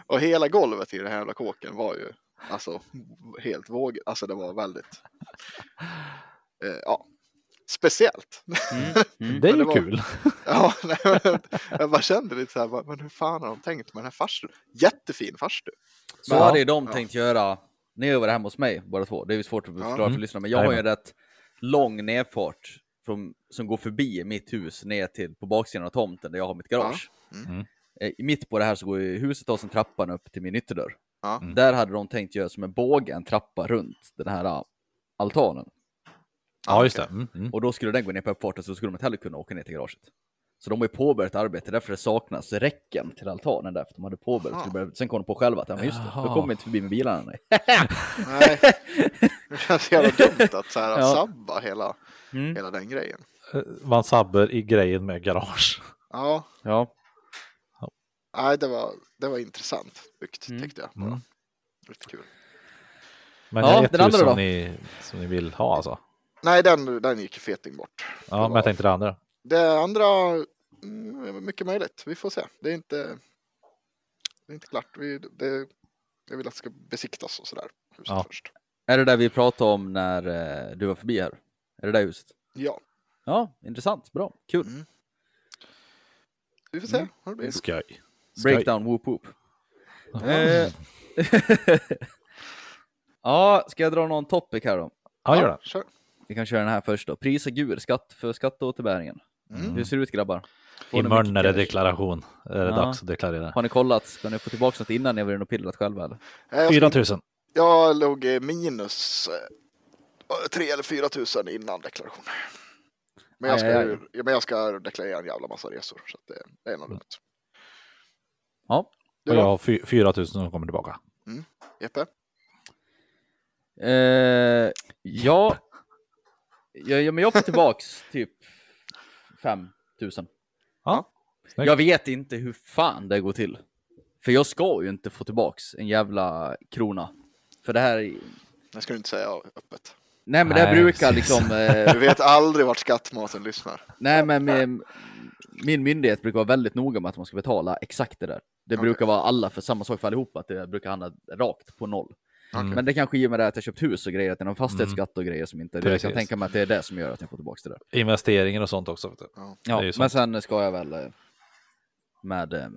S1: och hela golvet i den här jävla kåken var ju alltså helt vågigt. Alltså det var väldigt, eh, ja, speciellt. <laughs>
S3: Mm,
S2: Det
S1: Men
S2: är ju
S1: det var-
S2: kul.
S1: ja, nej, men jag bara kände lite så här, bara, men hur fan har de tänkt med den här farstun? Jättefin farstu.
S3: Så
S2: Ja.
S3: hade ju de
S1: Ja.
S3: tänkt göra. Ni var hemma hos mig båda två. Det är ju svårt att förklara
S2: Mm.
S3: för lyssnarna. Men jag har ju en
S2: Jajamän.
S3: rätt lång nedfart från, som går förbi mitt hus ner till på baksidan av tomten där jag har mitt garage.
S1: Mm.
S2: Mm.
S3: Eh, Mitt på det här så går ju huset och sen trappan upp till min ytterdörr.
S1: Ja.
S2: Mm.
S3: Där hade de tänkt göra som en båge, en trappa runt den här ah, altanen.
S2: Ja, just det. Mm, mm.
S3: Och då skulle den gå ner på uppfarten så skulle de inte heller kunna åka ner till garaget. Så de har ju påbörjat arbete, därför det saknas räcken till altanen där, för de hade påbörjat.
S1: Aha.
S3: Så det började, sen kom de på själva att, ja men just det, då
S2: Jaha.
S3: kommer vi inte förbi med bilarna. Nej.
S1: Nej, det känns jävla dumt att så
S2: <laughs>
S1: här,
S3: Ja.
S1: sabba hela,
S3: Mm.
S1: hela den grejen.
S2: Eh, Man sabber i grejen med garage.
S1: Ja,
S3: Ja.
S1: Nej, det var, det var intressant byggt
S3: Mm.
S1: tyckte jag. Bara.
S2: Mm.
S1: Riktigt kul.
S2: Men
S3: Ja,
S2: det är ett
S3: den andra
S2: hus
S3: då?
S2: som ni, som ni vill ha alltså.
S1: Nej, den, den gick ju feting bort.
S2: Ja, men jag tänkte det andra.
S1: Det andra, mm, mycket möjligt. Vi får se. Det är inte, det är inte klart. Vi, det, jag vill att det ska besiktas och sådär. Huset
S2: Ja.
S1: först.
S3: Är det där vi pratade om när eh, du var förbi här? Är det där huset?
S1: Ja,
S3: Ja, intressant, bra, kul.
S1: Mm. vi får se vad det blir.
S2: Skoj. Skoj.
S3: Breakdown, whoop whoop. Eh, ja, ska jag dra någon topic här då?
S2: Ja, gör det.
S1: Kör.
S3: Vi kan köra den här först då. Prisa gur, skatt för skatteåterbäringen.
S1: Mm.
S3: Hur ser det ut grabbar? Får ni
S2: Imorgon
S3: mycket
S2: är det
S3: cash?
S2: deklaration. Är det
S3: Ja.
S2: dags att deklarera?
S3: Har ni kollat? Ska ni få tillbaka något innan ni har varit inne och pillat själva eller?
S1: Nej, Jag,
S2: 4
S1: skulle,
S2: 000.
S1: jag låg eh, minus eh, tre eller fyra tusen innan deklaration. Men jag,
S3: Aj,
S1: ska,
S3: aj,
S1: ju- men jag ska deklarera en jävla massa resor så att det, det är
S2: Mm.
S1: nog lugnt.
S3: Ja.
S1: Du
S2: Och
S1: då?
S2: jag har fy- 4 000 som kommer tillbaka.
S1: Jeppe?
S3: Eh, ja. ja, ja, men jag får tillbaks typ 5000.
S2: Ja. Snyggt.
S3: Jag vet inte hur fan det går till. För jag ska ju inte få tillbaks en jävla krona. För det här...
S1: Det ska du inte säga öppet.
S3: Nej men det här
S2: Nej,
S3: brukar
S2: precis.
S3: liksom... Eh,
S1: Du vet aldrig vart skattmaten lyssnar.
S3: nej men min, min myndighet brukar vara väldigt noga med att man ska betala exakt det där. Det
S1: Okej.
S3: brukar vara alla för samma sak för allihopa, att det brukar handla rakt på noll.
S1: Okej.
S3: Men det kanske i och med det här att jag köpt hus och grejer, att det är någon fastighetsskatt och grejer som inte... Jag kan
S2: Precis.
S3: tänka mig att det är det som gör att jag får tillbaks det där.
S2: Investeringar och sånt också. Vet du.
S3: Ja,
S2: Det är ju
S3: men
S2: sånt.
S3: sen ska jag väl eh, med eh,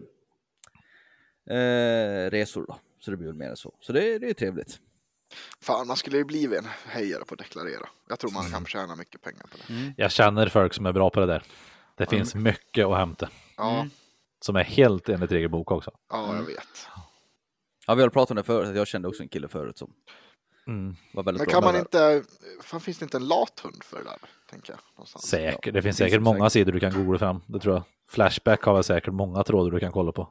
S3: eh, resor då. Så det blir väl mer än så. Så det, det är trevligt.
S1: Fan, man skulle ju blivit en hejare på att deklarera. Jag tror man
S2: Mm.
S1: kan tjäna mycket pengar på det.
S2: Jag känner folk som är bra på det där. Det finns mycket att hämta.
S1: Ja,
S2: Mm. Som är helt enligt regelbok också.
S1: ja
S2: Mm.
S1: jag vet.
S3: Ja, vi har pratat om det förut, att jag kände också en kille förut som
S2: Mm.
S3: var väldigt
S1: Men
S3: bra
S1: kan
S3: med
S1: man
S3: det
S1: inte, fan finns det inte en lathund för det där? Tänker jag. Någonstans.
S2: Säkert. Det finns
S3: det
S2: säkert
S3: finns
S2: många sidor du kan googla fram. Det tror jag. Flashback har väl säkert många trådar du kan kolla på.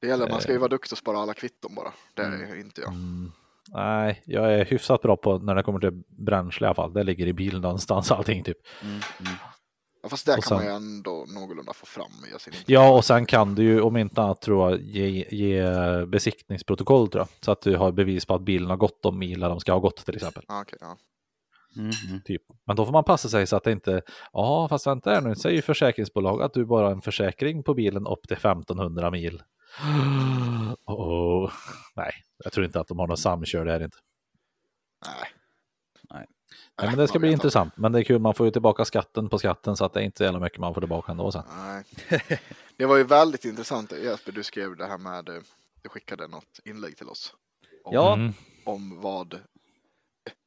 S1: Det gäller, man
S2: Eh.
S1: ska ju vara duktig och spara alla kvitton bara. Det
S2: Mm.
S1: är inte jag.
S2: Nej, jag är hyfsat bra på när det kommer till bränsle i alla fall. Det ligger i bilen någonstans <laughs> allting typ.
S1: Ja, fast det
S2: Och
S1: kan man
S2: sen-
S1: ju ändå någorlunda få fram i sin
S2: Ja, och sen kan du ju om inte annat tror jag ge, ge besiktningsprotokoll tror jag. Så att du har bevis på att bilen har gått de milar de ska ha gått till exempel.
S1: Ja, Ah, okej, ja.
S3: där. Mm.
S2: Typ. Men då får man passa sig så att det inte, ja fast vänta här nu, säger ju försäkringsbolag att du bara har en försäkring på bilen upp till 1500 mil. <gasps> Oh, nej, jag tror inte att de har någon samkör där inte.
S1: Nej.
S3: Nej.
S2: Nej, men
S1: man
S2: det ska bli
S1: vet
S2: intressant, men det är kul, man får ju tillbaka skatten på skatten så att det är inte så jävla mycket man får tillbaka ändå sen.
S1: Nej. Det var ju väldigt intressant Jesper, du skrev det här med, eh, du skickade något inlägg till oss. Om,
S3: Ja.
S2: Mm.
S1: Om vad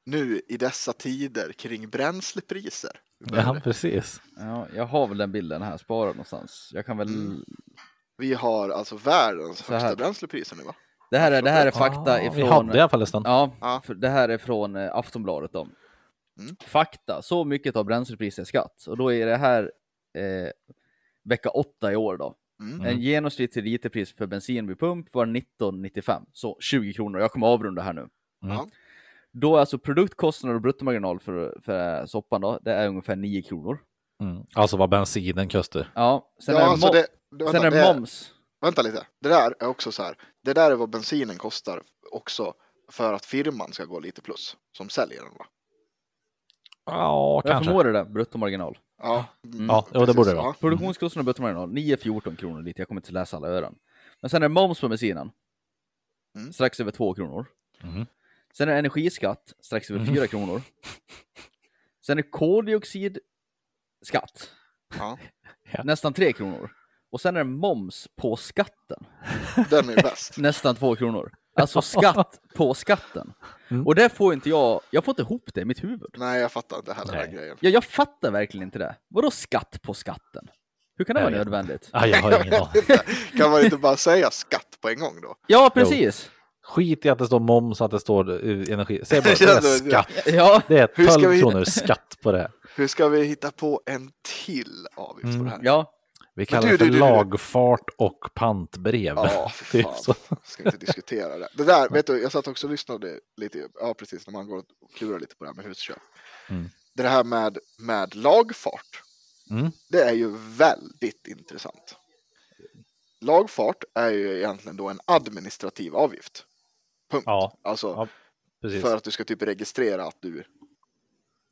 S1: nu i dessa tider kring bränslepriser.
S2: Ja, precis. Mm.
S3: Ja, jag har väl den bilden här sparad någonstans. Jag kan väl
S1: Vi har alltså världens
S3: Så här.
S1: högsta bränslepriser nu va?
S3: Det här är, det här är fakta
S2: Ah,
S3: ifrån...
S2: Vi hade i alla fall nästan.
S3: Ja,
S1: Ja.
S3: för det här är från eh, Aftonbladet. Då.
S1: Mm.
S3: Fakta, så mycket av bränslepriset är skatt. Och då är det här eh, vecka 8 i år. då.
S1: Mm.
S2: Mm.
S3: En genomsnittlig literpris för bensin vid pump var 19,95. Så 20 kronor. Jag kommer avrunda här nu.
S2: Mm.
S1: Ja.
S3: Då är alltså produktkostnader och bruttomarginal för, för eh, soppan då, det är ungefär 9 kronor.
S2: Mm. Alltså vad bensinen kostar.
S3: Ja, sen
S1: ja,
S3: är,
S1: alltså
S3: mom-
S1: det, det,
S3: sen
S1: vänta,
S3: är
S1: det, är-
S3: moms.
S1: vänta lite, det där är också så här. Det där är vad bensinen kostar också för att firman ska gå lite plus som säljer den va?
S2: Ja,
S3: Jag
S2: kanske.
S3: förmodar det, där, bruttomarginal.
S1: Ja, mm,
S2: Ja, jo, det
S1: precis,
S2: borde det vara.
S1: ja.
S3: Produktionskostnader och bruttomarginal, 9-14 kronor lite. Jag kommer inte läsa alla ören. Men sen är moms på bensinen.
S1: Mm.
S3: Strax över 2 kronor.
S2: Mm.
S3: Sen är det energiskatt, strax över
S2: Mm.
S3: 4 kronor. Sen är koldioxidskatt,
S1: Ja,
S3: nästan 3 kronor. Och sen är det moms på skatten,
S1: den är bäst. <laughs>
S3: nästan 2 kronor. Alltså skatt på skatten.
S2: Mm.
S3: Och det får inte jag, jag får inte ihop det i mitt huvud.
S1: Nej, jag fattar inte heller den
S2: Nej.
S1: grejen.
S3: Jag, jag fattar verkligen inte det. Vadå skatt på skatten? Hur kan det
S2: Jag
S3: vara
S2: vet inte.
S3: nödvändigt?
S2: Ah, jag har ingen aning.
S1: Kan man inte bara säga skatt på en gång då?
S3: Ja, precis.
S2: Skit i att det står moms, att det står eh, energi. Säg bara
S1: Det
S2: det är
S1: känns-
S2: skatt.
S3: Ja,
S2: Det är
S1: Hur ska
S2: 12
S1: vi-
S2: kronor skatt på det. här.
S1: Hur ska vi hitta på en till avgift på
S2: Mm.
S1: det här?
S3: ja.
S2: Vi kallar
S1: du,
S2: det för
S1: du, du, du.
S2: lagfart och pantbrev. <laughs>
S1: Ja, fy
S2: Typ
S1: fan.
S2: så.
S1: Ska inte diskutera det. Det där, vet du, jag satt också och lyssnade lite, ja precis, när man går och klurar lite på det här med husköp.
S2: Mm.
S1: Det här med, med lagfart,
S2: Mm.
S1: det är ju väldigt intressant. Lagfart är ju egentligen då en administrativ avgift. Punkt.
S2: Ja,
S1: alltså
S2: ja, precis.
S1: för att du ska typ registrera att du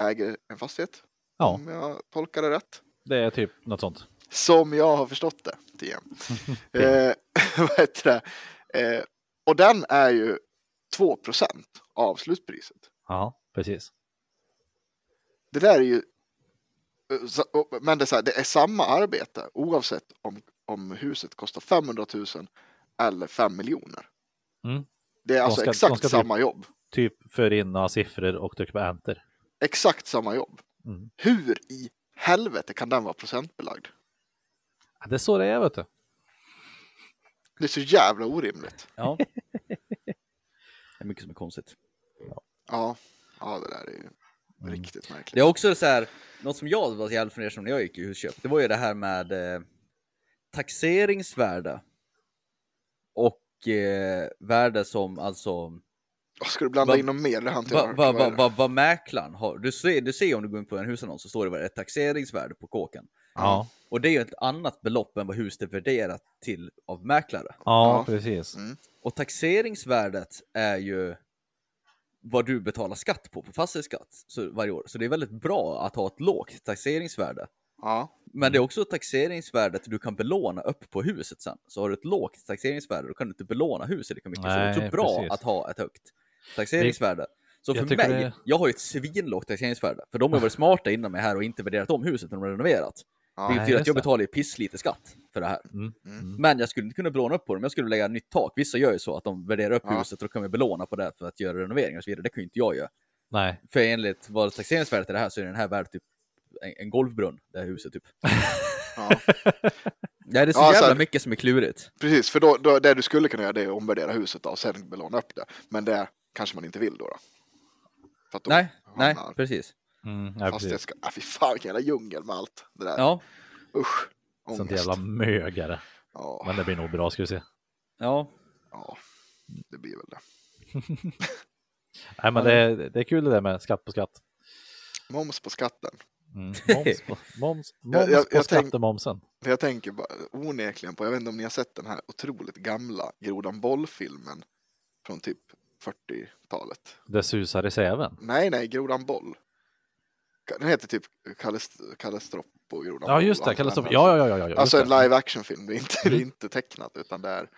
S1: äger en fastighet.
S2: Ja.
S1: Om jag tolkar det rätt.
S2: Det är typ något sånt.
S1: Som jag har förstått det.
S2: <laughs>
S1: TM. eh, <laughs> vad heter det? Eh, och den är ju 2 av slutpriset.
S2: Ja, precis.
S1: Det där är ju... eh, så- och- Men det är, så här, det är samma arbete oavsett om, om huset kostar 500 000 eller 5 miljoner.
S2: Mm.
S1: Det är alltså
S2: ska- de
S1: exakt
S2: ska typ-
S1: samma jobb.
S2: Typ för in några siffror och tryck på enter.
S1: Exakt samma jobb.
S2: Mm.
S1: Hur i helvete kan den vara procentbelagd?
S2: Ja, Det är så det är, vet du.
S1: Det är så jävla orimligt.
S3: Ja. <laughs> Det är mycket som är konstigt.
S1: Ja, ja det där är ju
S2: Mm.
S1: riktigt märkligt.
S3: Det är också så här, något som jag var så jävla fundersam när jag gick i husköp, det var ju det här med eh, taxeringsvärde och eh, värde som alltså
S1: Åh, Ska du blanda
S3: Va-
S1: in något mer? Det han
S3: vad va, va, va, va mäklaren har. Du ser, du ser om du går in på en husannons så står det vad det är taxeringsvärde på kåken.
S2: Ja,
S3: Och det är ju ett annat belopp än vad huset är värderat till av mäklare.
S2: ja,
S1: Ja.
S2: precis.
S3: Och taxeringsvärdet är ju vad du betalar skatt på, på fastighetsskatt så, varje år. Så det är väldigt bra att ha ett lågt taxeringsvärde.
S1: Ja,
S3: Men det är också taxeringsvärdet du kan belåna upp på huset sen. Så har du ett lågt taxeringsvärde då kan du inte belåna huset lika mycket. så det är
S2: Nej,
S3: också bra
S2: precis.
S3: att ha ett högt taxeringsvärde. Så
S2: jag
S3: för mig,
S2: tycker det-
S3: jag har ju ett svinlågt taxeringsvärde. För de har varit smarta innan mig här och inte värderat om huset när de har renoverat.
S1: ja.
S3: Vilket
S2: Nej,
S3: betyder att
S2: just
S3: jag
S2: det.
S3: betalar ju pisslite skatt för det här.
S2: Mm.
S1: Mm.
S3: Men jag skulle inte kunna belåna upp på dem. Jag skulle lägga ett nytt tak. Vissa gör ju så att de värderar upp
S1: Ja.
S3: huset och då kan vi belåna på det för att göra renoveringar och så vidare. Det kan ju inte jag göra.
S2: Nej,
S3: För enligt vad taxeringsvärdet är det här så är den här värd typ en, en golvbrunn, det här huset typ.
S1: ja.
S3: Nej, det är så
S1: Ja, så
S3: jävla
S1: här-
S3: mycket som är klurigt.
S1: Precis, för då, då, det du skulle kunna göra det är att omvärdera huset då, och sen belåna upp det. Men det kanske man inte vill då. då. För att då
S3: nej, nej,
S1: hamnar
S3: precis.
S2: mm, nej precis.
S1: fastighetsskatt... Ah, fy fan vilken jävla djungel med allt det där.
S3: Ja,
S1: Usch,
S2: Sånt
S1: ångest.
S2: jävla mögare.
S1: Ja,
S2: Men det blir nog bra, ska vi se.
S3: ja.
S1: ja, det blir väl det.
S2: Nej, men det, är- det är kul det där med skatt på skatt.
S1: Moms på skatten. <laughs>
S2: Mm. Moms på, moms, moms
S1: Jag- jag-
S2: på
S1: jag tänk-
S2: skattemomsen.
S1: För Jag tänker bara onekligen på, jag vet inte om ni har sett den här otroligt gamla Grodan Boll-filmen från typ 40-talet.
S2: Det susar i säven.
S1: Nej, nej, Grodan Boll. Ka- Den heter typ Kalle, St- Kalle Stropp och Grodan
S2: Ja,
S1: Boll,
S2: just det.
S1: allt
S2: Kalle
S1: den
S2: Stoff.
S1: här.
S2: Ja, ja, ja, ja. ja
S1: Alltså en
S2: just det.
S1: live action-film, det är inte, det är
S2: Mm.
S1: inte tecknat utan det är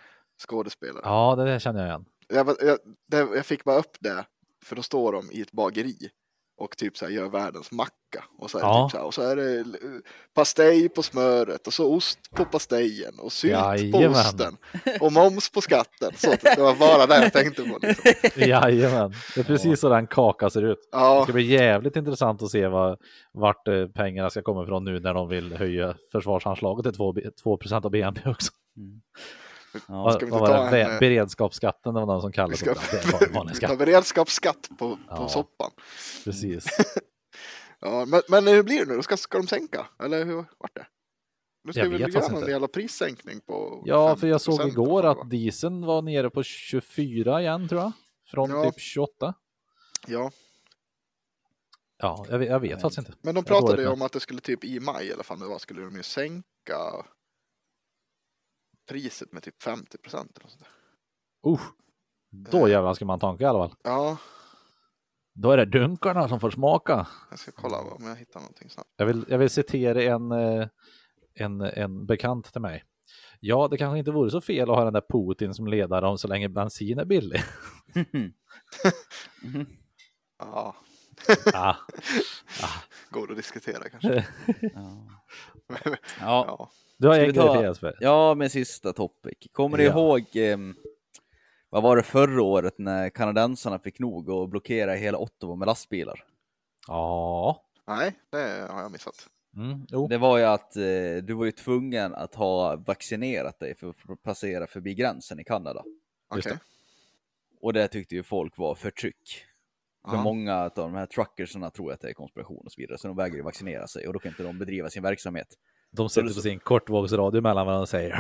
S1: skådespelare.
S2: Ja, det där känner jag igen.
S1: Jag, var- jag, det, jag fick bara upp det, för då står de i ett bageri och typ så här gör världens macka. Och så, är det
S2: Ja.
S1: typ så, här, och så är det eh, pastej på smöret och så ost på pastejen och sylt
S2: Jajamän.
S1: på osten och moms på skatten. Så att det var bara det jag tänkte på.
S2: <laughs>
S1: Liksom.
S2: Jajamän. Det är precis så den kaka ser ut. Det
S1: Ja,
S2: ska bli jävligt intressant att se vad, vart eh, pengarna ska komma ifrån nu när de vill höja försvarsanslaget till 2 procent av BNP också.
S3: Ja,
S2: Vad
S1: Ska vi
S2: vad
S1: inte
S2: var
S1: ta
S2: det?
S1: en,
S2: Be-
S1: eh,
S2: Beredskapsskatten, det var någon som kallade
S1: vi ska-
S2: det. Det var en vanlig
S1: Ta
S2: skatt,
S1: beredskapsskatt på, på
S2: Ja.
S1: soppan. <laughs>
S2: precis.
S1: Ja, men, men hur blir det nu? Då Ska, ska de sänka? Eller hur vart det? Nu ska
S2: Jag
S1: vi väl
S2: vet
S1: göra
S2: faktiskt
S1: någon
S2: inte.
S1: jävla prissänkning på
S2: Ja, för jag
S1: 50%
S2: såg
S1: eller
S2: igår
S1: vad det
S2: att
S1: var.
S2: dieseln var nere på 24 igen tror jag. Från
S1: Ja.
S2: typ 28.
S1: Ja,
S2: Ja, jag vet, jag vet faktiskt inte.
S1: men de
S2: Jag tror
S1: pratade
S2: det
S1: ju
S2: är
S1: om att det skulle typ i maj i alla fall, nu vad skulle de ju sänka priset med typ 50 procent.
S2: Usch. Då jävlar ska man tanka i alla fall.
S1: Ja,
S2: Då är det dunkarna som får smaka.
S1: jag ska kolla om jag hittar någonting snabbt.
S2: Jag vill, jag vill citera en, eh, en, en bekant till mig. Ja, det kanske inte vore så fel att ha den där Putin som ledare om så länge bensin är
S3: <laughs>
S2: billig.
S3: Mhm.
S1: <laughs> Ja,
S2: ah,
S1: går att diskutera kanske.
S3: Ja.
S1: <laughs>
S3: ja.
S1: Ja,
S2: du har
S3: Ska
S2: en
S3: vi
S2: grej
S3: ta-
S2: till Jesper.
S3: ja, men sista topic. Kommer ni
S2: Ja.
S3: ihåg, ehm, vad var det förra året när kanadensarna fick nog och blockerade hela Ottawa med lastbilar?
S2: Ja.
S1: nej, det har jag missat.
S2: Mm, jo.
S3: Det var ju att eh, du var ju tvungen att ha vaccinerat dig för att få passera förbi gränsen i Kanada.
S2: Just
S1: Okej.
S3: Och det tyckte ju folk var förtryck. För
S1: Ja.
S3: många av de här truckersarna tror att det är konspiration och så vidare, så de vägrar ju vaccinera sig och då kan inte de bedriva sin verksamhet.
S2: De sitter på sin kortvågsradio mellan varandra och säger I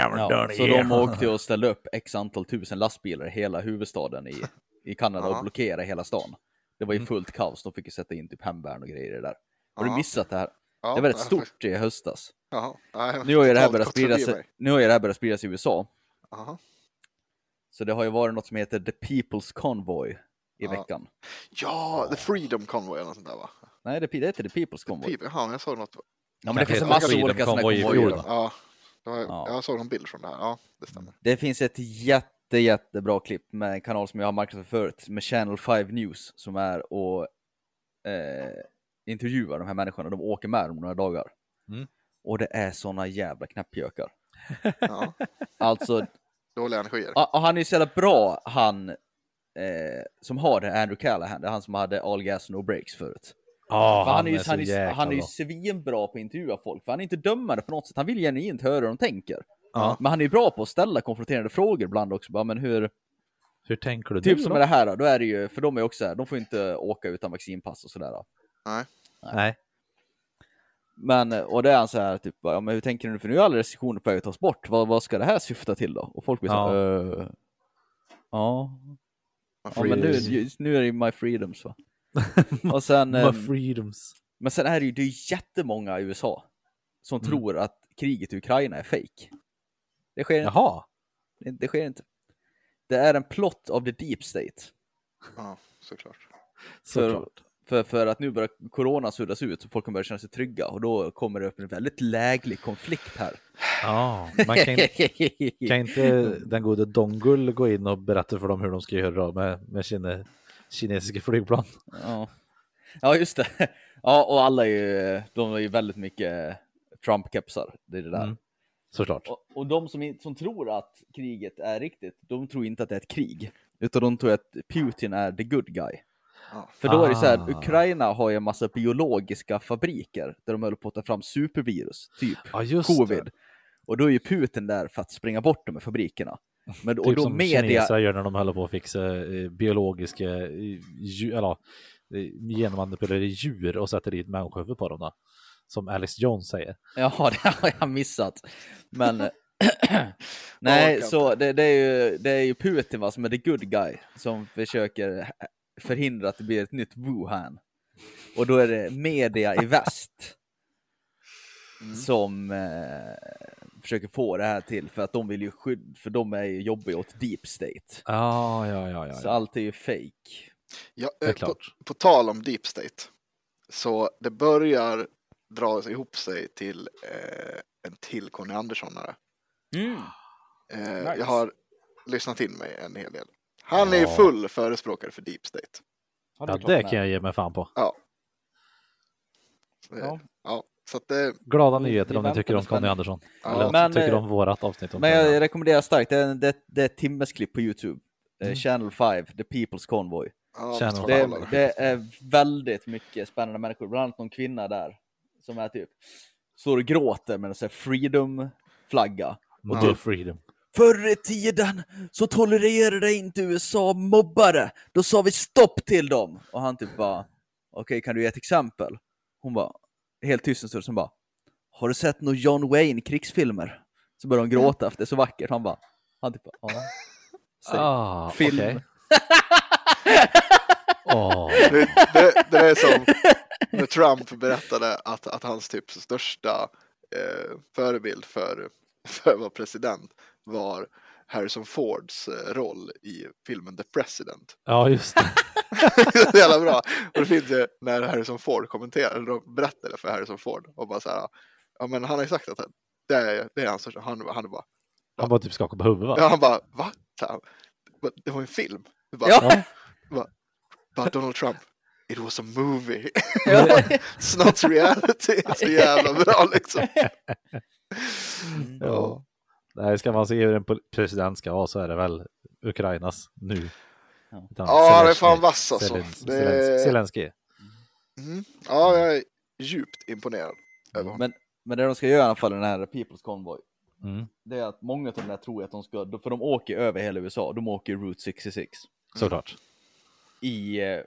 S2: haven't
S3: Ja,
S2: done it
S3: så
S2: yet. <laughs>
S3: de åkte och ställde upp x antal tusen lastbilar i hela huvudstaden i, i Kanada
S1: Ja. Mm.
S3: och blockerade hela stan. Det var ju fullt kaos, de fick ju sätta in typ hembärn och grejer i det där. Har du
S1: Ja.
S3: missat det här?
S1: Ja,
S3: det var rätt
S1: har faktiskt-
S3: stort i höstas.
S1: Jaha. Nej, jag
S3: Nu har ju det här
S1: totalt
S3: börjat
S1: gått
S3: sprida
S1: förbi
S3: sig,
S1: mig.
S3: nu har ju det här börjat spridas i USA.
S1: Jaha.
S3: Så det har ju varit något som heter The People's Convoy i
S1: Ja.
S3: veckan.
S1: Ja, The Freedom Convoy eller något sånt där va?
S3: Nej, det, det heter The People's Convoy.
S1: Typ, jaha, men jag såg något.
S3: Ja, men det
S2: Kanske
S3: finns en
S2: heter
S3: massa
S2: Freedom
S3: olika sådana
S2: Convoy i
S3: här
S2: fjol,
S3: konvojer.
S2: va?
S1: Ja, det var,
S3: Ja.
S1: jag såg någon bild från det här. Ja, det stämmer.
S3: Det finns ett jätte, jättebra klipp med en kanal som jag har marknadsfört förut, med Channel 5 News, som är och eh, intervjuar de här människorna. De åker med dem några dagar.
S2: Mm.
S3: Och det är såna jävla knäppjökar.
S1: Ja,
S3: Alltså, <laughs>
S1: dåliga energier.
S3: ja, han är ju så jävla bra, han eh, som har det, Andrew Callahan, det är han som hade All Gas No Breaks förut.
S2: Ja,
S3: För han, är ju,
S2: Ah, så
S3: han, är, ju-
S2: jäkla
S3: han är ju
S2: bra.
S3: svinbra på att intervjua folk, för han är inte dömande på något sätt. Han vill genuint höra hur de tänker.
S2: Ja.
S3: Men han är ju bra på att ställa konfronterande frågor ibland också. Bara, men hur,
S2: Hur tänker du?
S3: typ
S2: nu
S3: som
S2: då?
S3: med det här, då, då är det ju, för de är ju också här, de får ju inte åka utan vaccinpass och sådär.
S2: Nej.
S3: Men, och det är han så här, typ, bara, ja, men hur tänker ni nu? För nu är alla restriktioner på väg att tas bort. Vad, vad ska det här syfta till då? Och folk blir så
S2: Ja.
S3: här, "Eh, ja.
S1: Man
S3: ja,
S1: får ju-
S3: men nu,
S2: freedoms.
S3: just nu är det ju my
S2: <laughs>
S3: freedoms va. och sen,
S2: My
S3: eh,
S2: freedoms.
S3: men sen är det ju det är jättemånga i USA som
S2: Mm.
S3: tror att kriget i Ukraina är fejk. Det sker inte.
S2: Jaha.
S3: Det, det sker inte. Det är en plot av the deep state.
S1: Ja, såklart.
S3: För,
S2: Såklart.
S3: för, för att nu börjar corona suddas ut och folk kommer börja känna sig trygga och då kommer det upp en väldigt läglig konflikt här.
S2: Ja, man kan,
S3: <laughs>
S2: kan inte den gode Dongul gå in och berätta för dem hur de ska göra med, med sina kinesiska flygplan?
S3: ja. ja, just det. <laughs> Ja, och alla är ju, de är ju väldigt mycket Trump-kepsar. Det är det där.
S2: Mm. Såklart.
S3: Och, och de som, inte- som tror att kriget är riktigt, de tror inte att det är ett krig. Utan de tror att Putin är the good guy.
S1: Ja.
S3: För då är det så här,
S2: Ah.
S3: Ukraina har ju en massa biologiska fabriker där de håller på att ta fram supervirus, typ
S2: Ja, just
S3: covid.
S2: det. Typ
S3: Och då är ju Putin där för att springa bort de här fabrikerna. Men, och
S2: Typ
S3: då
S2: som
S3: media,
S2: kineser gör när de håller på att fixa eh, biologiska eh, dju- eller, eh, genmanipulerade djur och sätter dit människohuvud på dem. Då. Som Alex Jones säger.
S3: Jaha, <laughs> det har jag missat. Men <clears throat> nej,
S1: Orkar
S3: så det, det, är ju, det är ju Putin va, som är the good guy som försöker förhindra att det blir ett nytt Wuhan. Och då är det media i väst
S2: Mm.
S3: Mm. som eh, försöker få det här till för att de vill ju skydd, för de är ju jobbiga åt deep state.
S2: Ah, ja, ja, ja.
S3: Så
S2: ja.
S3: allt är ju fake.
S1: Ja,
S2: Det är
S1: eh, på,
S2: klart.
S1: på tal om deep state. Så det börjar dra sig ihop sig till eh, en till Conny Anderssonare.
S2: Mm.
S1: Eh,
S3: Nice.
S1: Jag har lyssnat in mig en hel del. Han är ju
S2: Ja.
S1: full förespråkare för deep state.
S2: Ja, det kan jag ge mig fan på.
S1: Eh,
S3: Ja.
S1: Ja. så att det...
S2: Glada
S3: Vi-
S2: nyheter
S3: vi
S2: om ni
S3: väntar
S2: tycker om
S3: med spänning.
S2: Conny Andersson.
S1: Ja,
S2: Eller
S3: Men,
S2: tycker
S3: eh,
S2: om vårat avsnitt. Om
S3: Men
S2: Conny.
S3: jag rekommenderar starkt, det är, en- det, det är ett timmes klipp på Youtube. Eh,
S2: Mm.
S3: Channel 5, The People's Convoy.
S1: ja,
S2: Känner
S1: måste
S2: honom.
S1: kolla
S3: Det,
S1: det.
S3: det är väldigt mycket spännande människor, bland annat någon kvinna där som är typ står och gråter med en sån här freedom-flagga
S2: Mot
S1: Ja.
S2: freedom.
S3: Förr i tiden så tolererade inte USA mobbare. Då sa vi stopp till dem. Och han typ bara, okej kan du ge ett exempel? Hon bara, helt tyst en stund, sen bara, har du sett några John Wayne krigsfilmer? Så började hon gråta efter det, så vackert. Han bara, han typ bara, ja. Säg.
S2: Ah,
S3: Film.
S2: okej. Åh,
S1: Det, det, det är som när Trump berättade att, att hans typ största eh, förebild för, för att vara president var Harrison Fords eh, roll i filmen The President. <laughs>
S2: Ja, just det.
S1: det är så jävla bra. Och det finns ju när Harrison Ford kommenterar, eller de berättade för Harrison Ford och bara så här, ja men han har ju sagt att det är, det är hans största, han, han är bara,
S2: Han bara typ skakar på huvudet va?
S1: ja, han bara, va? Så här, "Va, det var en film. Det Bara,
S3: Ja.
S1: bara Donald Trump, it was a movie.
S3: <laughs> Ja.
S1: It's not reality. Så jävla bra liksom.
S2: Ja. Nej, ska man se hur en pol- president ska vara så är det väl Ukrainas nu.
S3: Ja.
S2: Utan
S1: Ja, det är
S2: Zelenskyj-
S1: fan vass alltså.
S2: Zelens-
S1: Det-
S2: Zelens- Zelenskyj.
S1: Mm. Ja, jag är djupt imponerad över honom.
S3: Men, men det de ska göra i alla fall i den här People's Convoy,
S2: Mm,
S3: det är att många av de där tror att de ska, för de åker över hela USA, de åker Route 66.
S2: såklart.
S3: i, eh,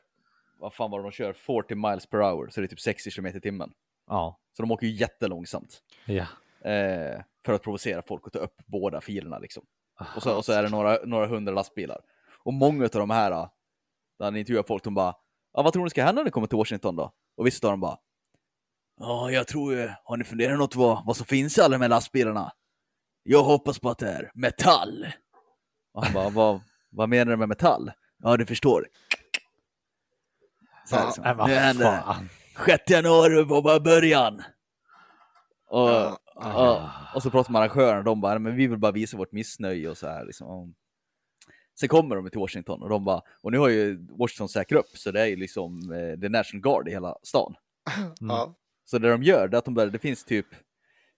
S3: vad fan var det de kör, 40 miles per hour, så det är typ 60 km i timmen.
S2: Ja.
S3: Så de åker ju jättelångsamt
S2: ja.
S3: eh, för att provocera folk att ta upp båda filerna liksom. Och så, och så är det några, några hundra lastbilar. Och många av de här, eh, när han intervjuar folk, de bara, ja vad tror ni ska hända när ni kommer till Washington då? Och vissa av dem bara, ja jag tror ju, har ni funderat något vad, vad som finns i alla de här lastbilarna? Jag hoppas på att det är metall. Och han bara, vad, vad menar du med metall? Ja du förstår. Så här,
S1: Ja,
S3: liksom.
S2: Nej, vad
S3: nu händer det.
S2: fan.
S3: 6 januari var bara början. Och,
S1: Ja,
S3: och, och så pratar man med arrangören och de bara, men vi vill bara visa vårt missnöje och så här liksom. Och Sen kommer de till Washington och de bara, och nu har ju Washington säkrat upp så det är ju liksom eh, the National Guard i hela stan.
S2: Mm.
S1: Ja.
S3: Så det de gör det är att de börjar, det finns typ,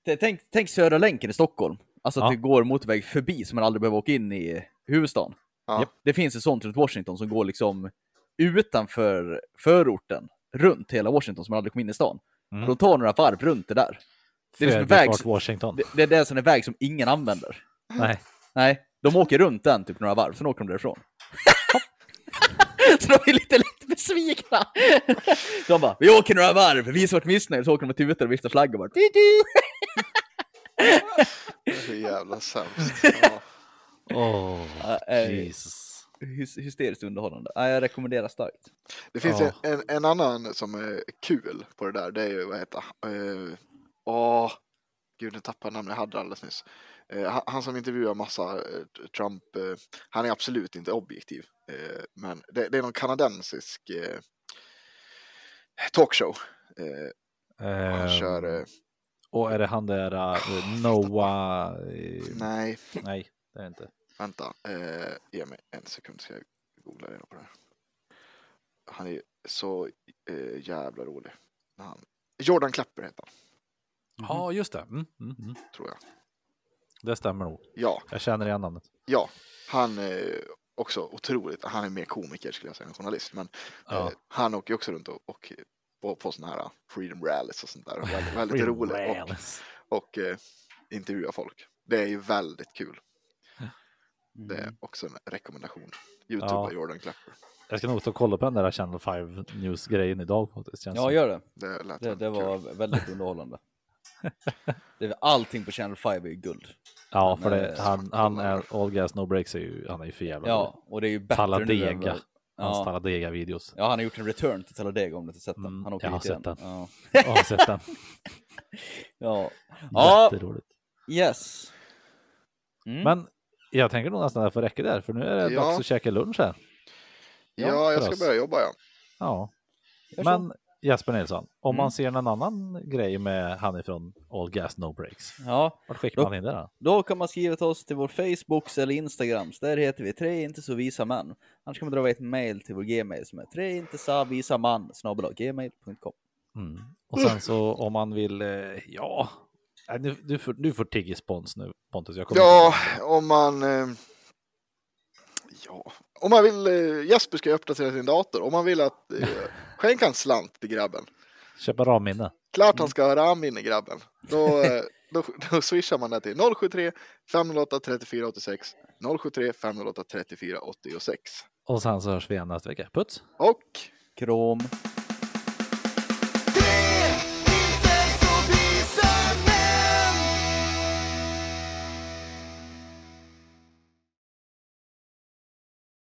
S3: t- tänk, tänk Södra länken i Stockholm. Alltså att
S2: Ja.
S3: det går motorväg förbi så man aldrig behöver åka in i huvudstaden.
S1: Ja.
S3: Japp. Det finns ett sånt runt Washington som går liksom utanför förorten, runt hela Washington som man aldrig kom in i stan.
S2: Mm.
S3: De tar några varv runt det där. det är liksom en väg
S2: Förbifart
S3: som-
S2: Washington.
S3: Det, det är det som är väg som ingen använder.
S2: Nej.
S3: Nej, de åker runt den typ några varv, sen åker de därifrån. <laughs> så de är lite, lite besvikna. de bara, vi åker några varv, visar vårt missnöje, så åker de och tutar och viftar flaggor. Bara, "Du, du."
S1: Det är så jävla
S2: <laughs>
S1: sämst. Ja.
S2: Åh,
S3: Ja, eh,
S2: Jesus.
S3: Hys- Hysteriskt underhållande. Ja, jag rekommenderar starkt.
S1: Det finns
S2: Ja.
S1: en, en annan som är kul på det där. Det är ju, vad heter han? Eh, Åh, gud nu tappade jag namnet. Jag hade det alldeles nyss. Eh, han- Han som intervjuar massa eh, Trump. eh, Han är absolut inte objektiv. eh, Men det, det är någon kanadensisk eh, talkshow. Eh, Han
S2: Ehm,
S1: kör... eh,
S2: Och är det han där eh, Noah? eh,
S1: Nej,
S2: Nej, det är det inte.
S1: Vänta, eh, ge mig en sekund så jag googlar reda på det här. Han är så eh, jävla rolig. när Han... Jordan Klepper heter han,
S2: Ja, just det. Mm, mm, mm.
S1: tror jag.
S2: Det stämmer nog.
S1: Ja,
S2: Jag känner igen namnet.
S1: ja. Han är också otroligt, han är mer komiker skulle jag säga än journalist, men
S2: Ja.
S1: eh, han åker ju också runt och, och på, på sådana här eh, freedom rallies och sånt där. Och Väldigt, väldigt
S2: Real
S1: rolig och,
S2: Rales.
S1: och eh, intervjuar folk. Det är ju väldigt kul. Det är också en rekommendation. Youtube
S2: Mm. Ja.
S1: av Jordan Klepper.
S2: Jag ska nog ta och kolla på den där Channel 5 News-grejen idag. faktiskt, Känns
S3: Ja,
S2: som.
S3: gör det.
S1: Det lät
S3: Det, det
S1: väldigt
S3: var
S2: <laughs>
S3: väldigt underhållande. det, är- allting på Channel 5 är ju guld.
S2: ja för
S3: men,
S2: det,
S3: eh,
S2: han, han är All Gas No Breaks, är ju, han är ju för jävla rolig.
S3: Ja, och det är ju bättre nu än
S2: Talladega.
S3: vad-
S2: Hans
S3: Ja.
S2: Talladega-videos.
S3: <laughs> Ja, han har gjort en return till Talladega om du inte sett den.
S2: Mm,
S3: Han åker
S2: jag har
S3: hit igen.
S2: sett den.
S3: Ja.
S2: Ja, har sett den.
S3: ja. Ja.
S2: Jätteroligt.
S3: Yes. Mm.
S2: Men jag tänker nog nästan att det får räcka där, för nu är det
S1: Ja.
S2: dags att käka lunch här.
S1: Ja,
S2: Ja,
S1: jag
S2: för
S1: ska
S2: oss.
S1: börja jobba ja.
S2: Ja.
S3: Gör så.
S2: Men Jesper Nilsson, om
S3: Mm.
S2: man ser någon annan grej med han ifrån All Gas No Breaks,
S3: ja,
S2: vart skickar
S3: Då-
S2: man in det då?
S3: då kan man skriva till oss till vår Facebook eller Instagram. Där heter vi tre inte så visa man. Annars kan man dra ett mail till vår gmail som är tre inte så visa man snabel-a gmail.com.
S2: Mm. Och sen så om man vill, eh, ja, Nej, nu, nu, får, nu får Tiggy spons nu Pontus. Jag kommer
S1: Ja,
S2: inte-
S1: om man... Eh, ja, om man vill... Eh, Jesper ska ju uppdatera sin dator. Om man vill att... Eh, skänka en slant till grabben.
S2: Köpa ramminne.
S1: Klart han ska ha RAM in i grabben. Då, eh, då, då swishar man det till 073 508 3486 073 508 3486.
S2: Och sen så hörs vi igen nästa vecka. Puts!
S1: Och
S3: Krom.